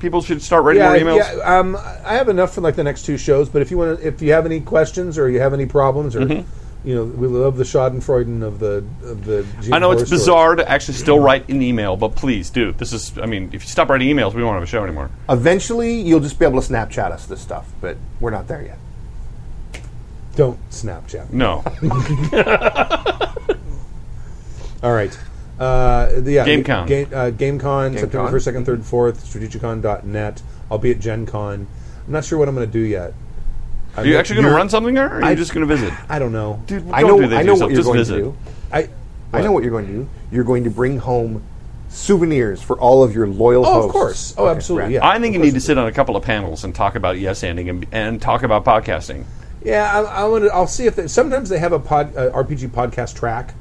Speaker 3: People should start writing
Speaker 2: Yeah,
Speaker 3: more emails.
Speaker 2: yeah. Um, I have enough for like the next two shows, but if you want, to, if you have any questions or you have any problems, or you know, we love the Schadenfreude of the of the.
Speaker 3: I know it's
Speaker 2: horror stories.
Speaker 3: bizarre to actually still write an email, but please do. This is, I mean, if you stop writing emails, we won't have a show anymore.
Speaker 4: Eventually, you'll just be able to Snapchat us this stuff, but we're not there yet.
Speaker 2: Don't Snapchat.
Speaker 3: No.
Speaker 2: All right. Uh, the- yeah,
Speaker 3: GameCon.
Speaker 2: Game, uh, GameCon, September
Speaker 4: GameCon.
Speaker 2: 1st, 2nd, 3rd, 4th, strategicon.net. I'll be at Gen Con. I'm not sure what I'm going to do yet.
Speaker 7: Are you actually going to run something there, or are you just going to visit?
Speaker 2: (laughs) I don't know.
Speaker 7: Dude,
Speaker 4: I
Speaker 7: don't
Speaker 4: know.
Speaker 7: do that
Speaker 4: I
Speaker 7: to
Speaker 4: know
Speaker 7: yourself.
Speaker 4: what you're
Speaker 7: Just
Speaker 4: going
Speaker 7: visit.
Speaker 4: to do.
Speaker 2: I
Speaker 4: I know what you're going to do. You're going to bring home souvenirs for all of your loyal
Speaker 2: Oh,
Speaker 4: hosts.
Speaker 2: of course. Oh,
Speaker 4: Okay,
Speaker 2: absolutely.
Speaker 4: right.
Speaker 2: Yeah.
Speaker 7: I think you need to sit on a couple of panels and talk about yes ending and, and talk about podcasting.
Speaker 2: Yeah, I, I want to. I'll see if they, sometimes they have a pod, uh, RPG podcast track.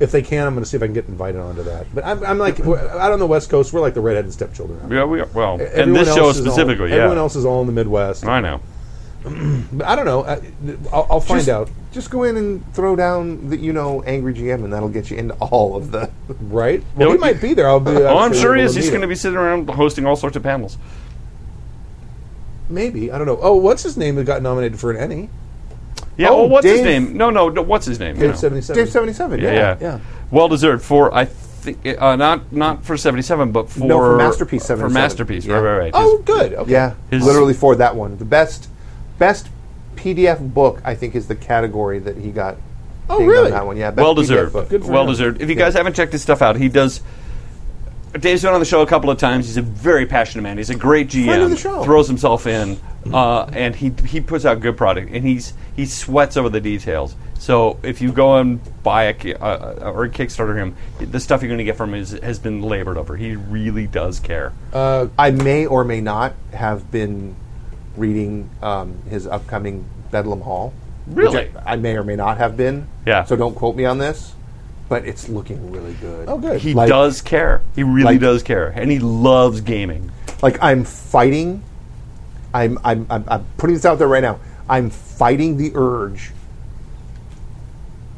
Speaker 2: If they can, I'm going to see if I can get invited onto that. But I'm, I'm like we're- out on the West Coast. We're like the redheaded stepchildren.
Speaker 7: Yeah, we are, well, and
Speaker 2: Everyone
Speaker 7: this
Speaker 2: else
Speaker 7: show
Speaker 2: is all-
Speaker 7: specifically, yeah.
Speaker 2: everyone else is all in the Midwest.
Speaker 7: I know.
Speaker 2: But I don't know. I, I'll, I'll find
Speaker 4: Just-
Speaker 2: out.
Speaker 4: Just go in and throw down that you know angry GM, and that'll get you into all of the.
Speaker 2: Right? Well, he
Speaker 7: Don't-
Speaker 2: might be there. I'll be.
Speaker 7: Oh, I'm sure he is. He's going to be sitting around hosting all sorts of panels.
Speaker 2: Maybe I don't know. Oh, what's his name that got nominated for an Emmy?
Speaker 7: Yeah.
Speaker 4: Oh,
Speaker 7: well, what's his
Speaker 4: Dave-
Speaker 7: name? No, no. no, What's his name?
Speaker 2: Dave
Speaker 7: No.
Speaker 2: seventy seven.
Speaker 4: Dave seventy seven.
Speaker 7: Yeah,
Speaker 4: Yeah,
Speaker 7: yeah,
Speaker 2: yeah.
Speaker 7: Well deserved for I think uh, not not for seventy seven, but for,
Speaker 4: No, for Masterpiece 77.
Speaker 7: For masterpiece, right,
Speaker 4: Yeah.
Speaker 7: right, right.
Speaker 2: Oh, good. Okay.
Speaker 4: Yeah,
Speaker 7: His-
Speaker 4: literally for that one. The best, best PDF book I think is the category that he got.
Speaker 2: Oh,
Speaker 4: dinged on
Speaker 2: really?
Speaker 4: that one, yeah. best
Speaker 7: well
Speaker 4: PDF
Speaker 7: deserved.
Speaker 4: book.
Speaker 2: Good for
Speaker 7: well
Speaker 2: him.
Speaker 7: deserved. If you guys haven't checked his stuff out, he does. Dave's been on the show a couple of times. He's a very passionate man. He's a great GM.
Speaker 4: of the show.
Speaker 7: Throws himself in, uh, and he he puts out good product. And he's he sweats over the details. So if you go and buy a ki- uh, or Kickstarter him, the stuff you're going to get from him is, has been labored over. He really does care.
Speaker 4: Uh, I may or may not have been reading um, his upcoming Bedlam Hall. which
Speaker 7: Really?
Speaker 4: I, I may or may not have been.
Speaker 7: Yeah.
Speaker 4: So don't quote me on this, but it's looking really good.
Speaker 2: Oh, good.
Speaker 7: He
Speaker 4: Like-
Speaker 7: does care. He really
Speaker 4: like-
Speaker 7: does care, and he loves gaming.
Speaker 4: Like I'm fighting. I'm I'm I'm, I'm putting this out there right now. I'm fighting the urge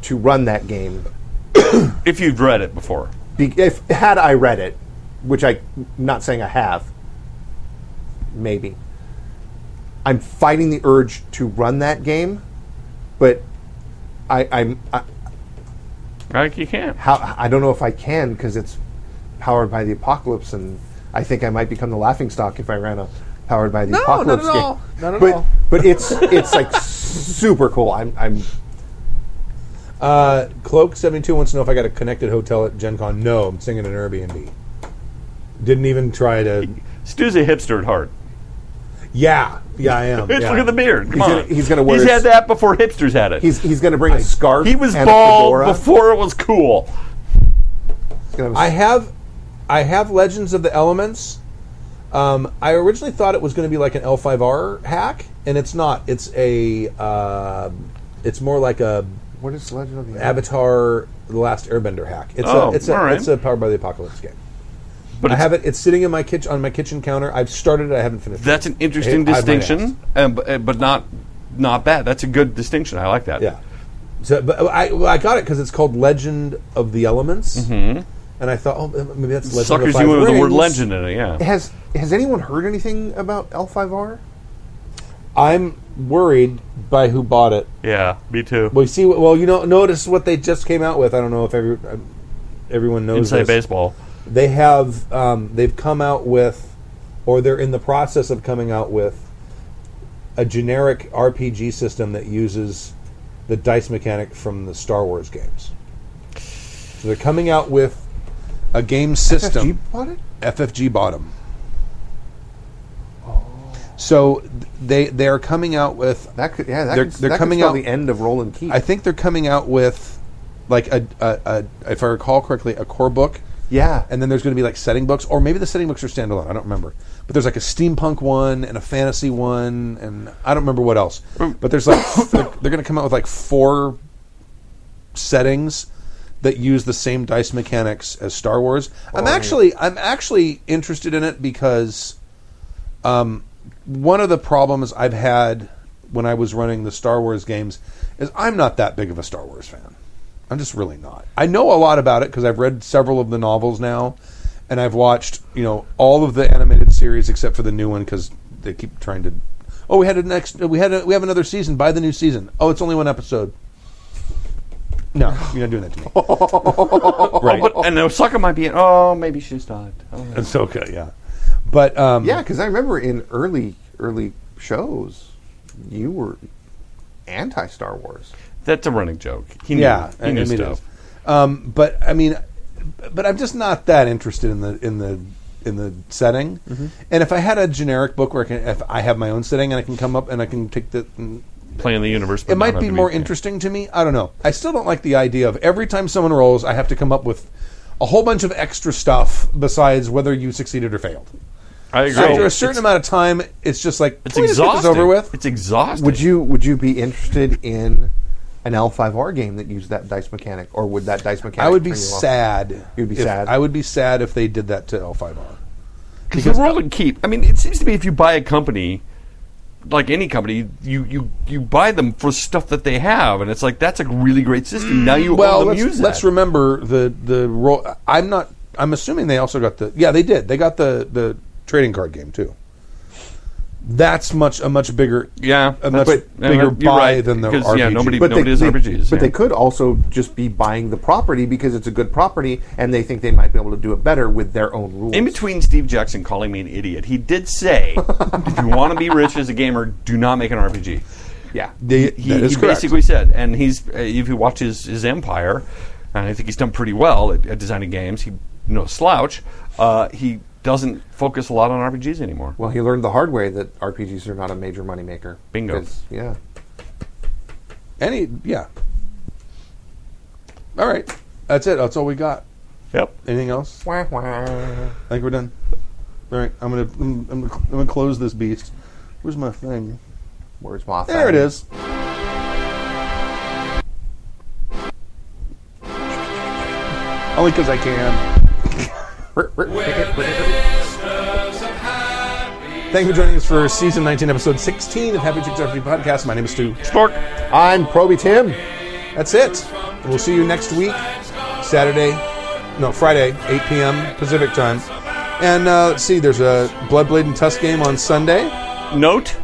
Speaker 4: to run that game.
Speaker 7: If you've read it before,
Speaker 4: Be- if had I read it, which I not saying I have, maybe. I'm fighting the urge to run that game, but I, I'm I,
Speaker 7: like you can't.
Speaker 4: how, I don't know if I can because it's powered by the apocalypse, and I think I might become the laughing stock if I ran a powered by the
Speaker 2: No, not
Speaker 4: apocalypse
Speaker 2: at
Speaker 4: game.
Speaker 2: all. Not at
Speaker 4: but,
Speaker 2: all.
Speaker 4: But it's it's like super cool. I'm I'm
Speaker 2: Uh, Cloak seventy two wants to know if I got a connected hotel at Gen Con. No, I'm staying at an Airbnb. Didn't even try to.
Speaker 7: Stu's a hipster at heart.
Speaker 2: Yeah, yeah, I am.
Speaker 7: (laughs) Bitch,
Speaker 2: yeah.
Speaker 7: look at the beard. Come
Speaker 4: He's gonna-
Speaker 7: on.
Speaker 4: he's gonna wear
Speaker 7: He's
Speaker 4: his-
Speaker 7: had that before hipsters had it.
Speaker 4: he's he's gonna bring a scarf.
Speaker 7: he was
Speaker 4: and a
Speaker 7: bald
Speaker 4: fedora.
Speaker 7: before it was cool.
Speaker 4: He's gonna have a
Speaker 2: I have, I have Legends of the Elements. Um, I originally thought it was going to be like an L5R hack, and it's not. It's a, uh, it's more like a
Speaker 4: What is Legend of the
Speaker 2: Avatar: The Last Airbender hack. It's
Speaker 7: Oh,
Speaker 2: a, it's a,
Speaker 7: all right.
Speaker 2: it's a Powered by the Apocalypse game.
Speaker 7: But
Speaker 2: I
Speaker 7: it's-
Speaker 2: have it. It's sitting in my kitchen on my kitchen counter. I've started it. I haven't finished.
Speaker 7: That's
Speaker 2: it.
Speaker 7: an interesting
Speaker 2: I- I might
Speaker 7: distinction, um, but, uh, but not not bad. That's a good distinction. I like that.
Speaker 2: Yeah. So, but I, well, I got it because it's called Legend of the Elements, and I thought, oh, maybe that's Legend of the
Speaker 7: Mm-hmm. Suckers
Speaker 2: Five
Speaker 7: you in with the word
Speaker 2: Rings.
Speaker 7: legend in it.
Speaker 4: (laughs)
Speaker 7: Yeah.
Speaker 4: Has has anyone heard anything about L5R?
Speaker 2: I'm worried by who bought it.
Speaker 7: Yeah. Me too.
Speaker 2: Well, you see, well, you know, notice what they just came out with. I don't know if every, uh, everyone knows
Speaker 7: Inside
Speaker 2: this.
Speaker 7: baseball.
Speaker 3: Oh,
Speaker 2: They have, um, they've come out with, or they're in the process of coming out with, a generic RPG system that uses the dice mechanic from the Star Wars games. So they're coming out with a game system.
Speaker 4: FFG bought it?
Speaker 2: FFG bottom. So th- they they are coming out with
Speaker 4: That could yeah, that
Speaker 2: They're-
Speaker 4: could,
Speaker 2: they're
Speaker 4: that
Speaker 2: coming
Speaker 4: could spell
Speaker 2: out-
Speaker 4: the end of Roland Keith.
Speaker 2: I think they're coming out with like a, a, a if I recall correctly, a core book,
Speaker 4: yeah.
Speaker 2: and then there's going to be like setting books, or maybe the setting books are standalone. I don't remember. But there's like a steampunk one and a fantasy one, and I don't remember what else. But there's like (coughs) they're, they're going to come out with like four settings that use the same dice mechanics as Star Wars. I'm actually I'm actually interested in it because um, one of the problems I've had when I was running the Star Wars games is I'm not that big of a Star Wars fan. I'm just really not. I know a lot about it because I've read several of the novels now, and I've watched you know all of the animated series except for the new one because they keep trying to. Oh, we had a next. We had a, we have another season. Buy the new season. Oh, it's only one episode. No, you're not doing that to me.
Speaker 3: oh,
Speaker 7: Right. but, and the sucker might be. Oh, maybe she's not. I don't
Speaker 2: (laughs)
Speaker 7: know.
Speaker 2: It's okay, yeah. But um,
Speaker 4: Yeah, because I remember in early early shows you were anti Star Wars.
Speaker 7: That's a running joke. He knew,
Speaker 2: yeah,
Speaker 7: He knew
Speaker 2: I mean, it
Speaker 7: stuff.
Speaker 2: is. Um, but I mean, but I'm just not that interested in the in the in the
Speaker 7: Mm-hmm.
Speaker 2: setting. And if I had a generic book where I can, if I have my own setting and I can come up and I can take the and
Speaker 3: playing the universe. But
Speaker 2: it
Speaker 3: not
Speaker 2: might
Speaker 3: have
Speaker 2: be
Speaker 3: to
Speaker 2: more interesting to me. I don't know. I still don't like the idea of every time someone rolls, I have to come up with a whole bunch of extra stuff besides whether you succeeded or failed.
Speaker 3: I agree.
Speaker 2: After a
Speaker 3: It's-
Speaker 2: certain amount of time, it's just like
Speaker 3: it's
Speaker 2: "Can we just get
Speaker 3: exhausting.
Speaker 2: this over with.
Speaker 3: It's exhausting.
Speaker 4: Would you would you be interested in an L5R game that used that dice mechanic, or would that dice mechanic?
Speaker 2: I would be
Speaker 4: turn you off?
Speaker 2: sad.
Speaker 4: You'd be
Speaker 2: if-
Speaker 4: sad.
Speaker 2: I would be sad if they did that to L5R.
Speaker 3: Because the roll and keep. I mean, it seems to me if you buy a company, like any company, you you you buy them for stuff that they have, and it's like that's a really great system. Now you
Speaker 2: Well,
Speaker 3: own them.
Speaker 2: let's,
Speaker 3: Use
Speaker 2: let's
Speaker 3: that.
Speaker 2: remember the the role. I'm not. I'm assuming they also got the. Yeah, they did. They got the the trading card game too. That's much a much bigger.
Speaker 3: Yeah,
Speaker 2: a much
Speaker 3: but- yeah,
Speaker 2: bigger
Speaker 3: you're
Speaker 2: buy
Speaker 3: right,
Speaker 2: than the
Speaker 3: because,
Speaker 2: RPG.
Speaker 3: yeah, nobody-
Speaker 4: But
Speaker 3: Nobody
Speaker 4: they,
Speaker 3: does
Speaker 4: they-
Speaker 3: RPGs,
Speaker 4: But
Speaker 3: yeah.
Speaker 4: they could also just be buying the property because it's a good property, and they think they might be able to do it better with their own rules.
Speaker 3: In between Steve Jackson calling me an idiot, he did say, "If you want to be rich as a gamer, do not make an RPG."
Speaker 4: yeah,
Speaker 2: They,
Speaker 3: He,
Speaker 2: that is
Speaker 3: he
Speaker 2: correct.
Speaker 3: basically said, and he's uh, if you watch his, his empire, and I think he's done pretty well at, at designing games. He no slouch. Uh, he doesn't focus a lot on RPGs anymore.
Speaker 4: Well, he learned the hard way that RPGs are not a major moneymaker.
Speaker 3: Bingo.
Speaker 4: It's- Yeah.
Speaker 2: Any yeah. All right, that's it. That's all we got.
Speaker 3: Yep.
Speaker 2: Anything else?
Speaker 4: Wah, wah.
Speaker 2: I think we're done. All right, I'm gonna I'm, I'm, gonna- I'm gonna close this beast. Where's my thing?
Speaker 4: Where's Moth?
Speaker 2: There it is. Only because I can. Thank you for joining us for season 19, episode 16 of Happy Chicks RPG Podcast. My name is Stu.
Speaker 4: I'm Proby Tim.
Speaker 2: That's it. We'll see you next week, Saturday, no, Friday, 8 p.m. Pacific time. And uh, let's see, there's a Bloodblade and Tusk game on Sunday.
Speaker 3: Note,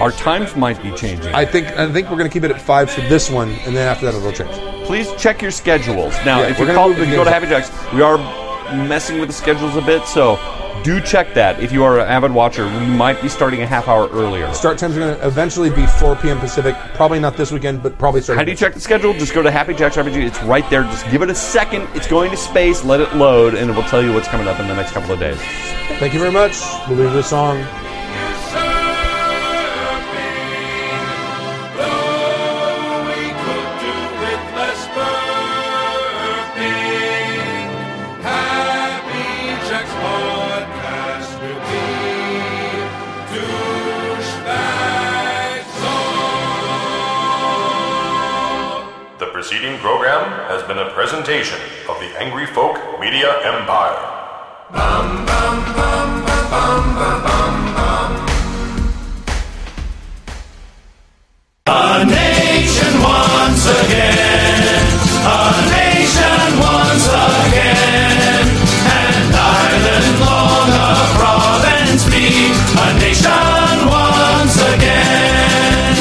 Speaker 3: our times might be changing.
Speaker 2: I think I think we're going to keep it at five for this one, and then after that it'll change.
Speaker 3: Please check your schedules. Now,
Speaker 2: Yeah,
Speaker 3: if,
Speaker 2: we're
Speaker 3: you,
Speaker 2: gonna
Speaker 3: call,
Speaker 2: move
Speaker 3: if you go
Speaker 2: the
Speaker 3: to
Speaker 2: games
Speaker 3: Happy Jacks, we are messing with the schedules a bit, so do check that. If you are an avid watcher, we might be starting a half hour earlier.
Speaker 2: Start times are going to eventually be 4 p.m. Pacific. Probably not this weekend, but probably starting.
Speaker 3: How do you check the schedule? Just go to Happy Jacks RPG. It's right there. Just give it a second. It's going to space. Let it load, and it will tell you what's coming up in the next couple of days.
Speaker 2: Thank you very much. We'll leave this song.
Speaker 1: The preceding program has been a presentation of the Angry Folk Media Empire.
Speaker 10: A nation once again, a nation once again, and Ireland long a province be, a nation once again.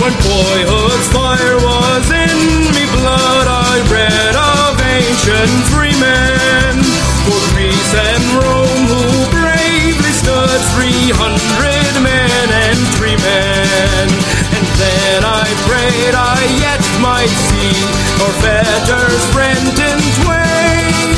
Speaker 10: When boyhood's fire was in me blood, I read of ancient free men. For Greece and Rome, who bravely stood 300 men and three men. And then I prayed I yet might see our fetters rent in twain.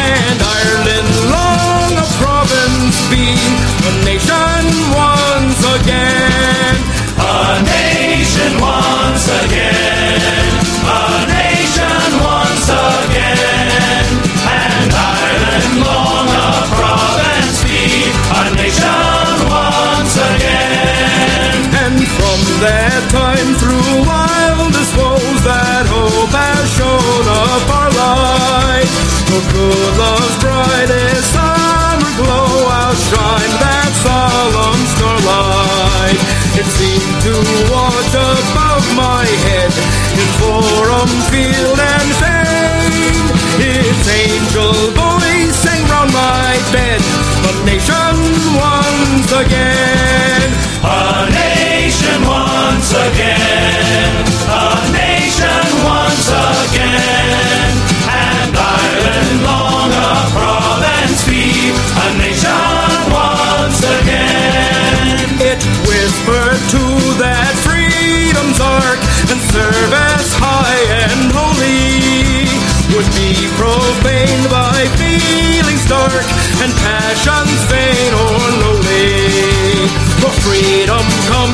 Speaker 10: And Ireland long a province be, a nation once again. A nation once again, a nation once again, and Ireland long a province be, a nation once again. And from that time through wildest woes that hope has shown up our light, for good love's brightest summer glow outshine that solemn starlight. It seemed to watch above my head in forum, field, and fame. Its angel voice sang round my bed, a nation once again. A nation once again, a nation once again, and Ireland long a province be, a nation once again. It whispered to that freedom's ark and service high and holy would be profaned by feelings dark and passions vain or lowly. For freedom come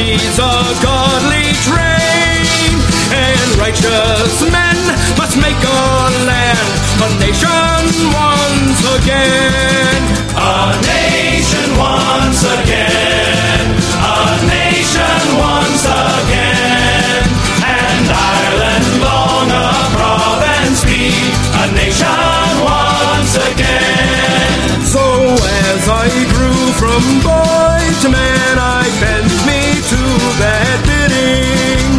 Speaker 10: he's a godly train. And righteous men must make our land a nation once again. A nation once again. A nation once again. And Ireland long a province be. A nation once again. So as I grew from boy to man, I bent me to that bidding.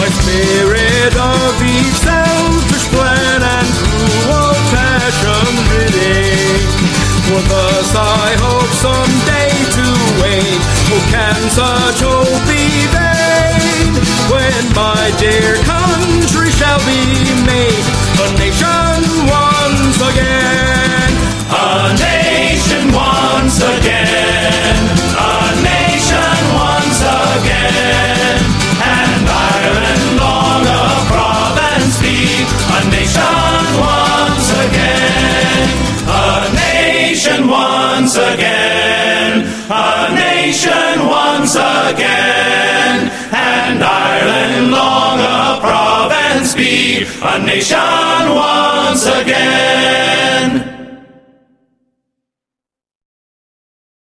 Speaker 10: My spirit of each selfish plan and true old fashioned ridding. For thus I hope someday to wane. Oh, can such hope be vain? When my dear country shall be made a nation once again. A nation once again. A nation once again. And Ireland long a province be. A nation once again. A nation once again. A nation once again. And Ireland long a province be. A nation once again.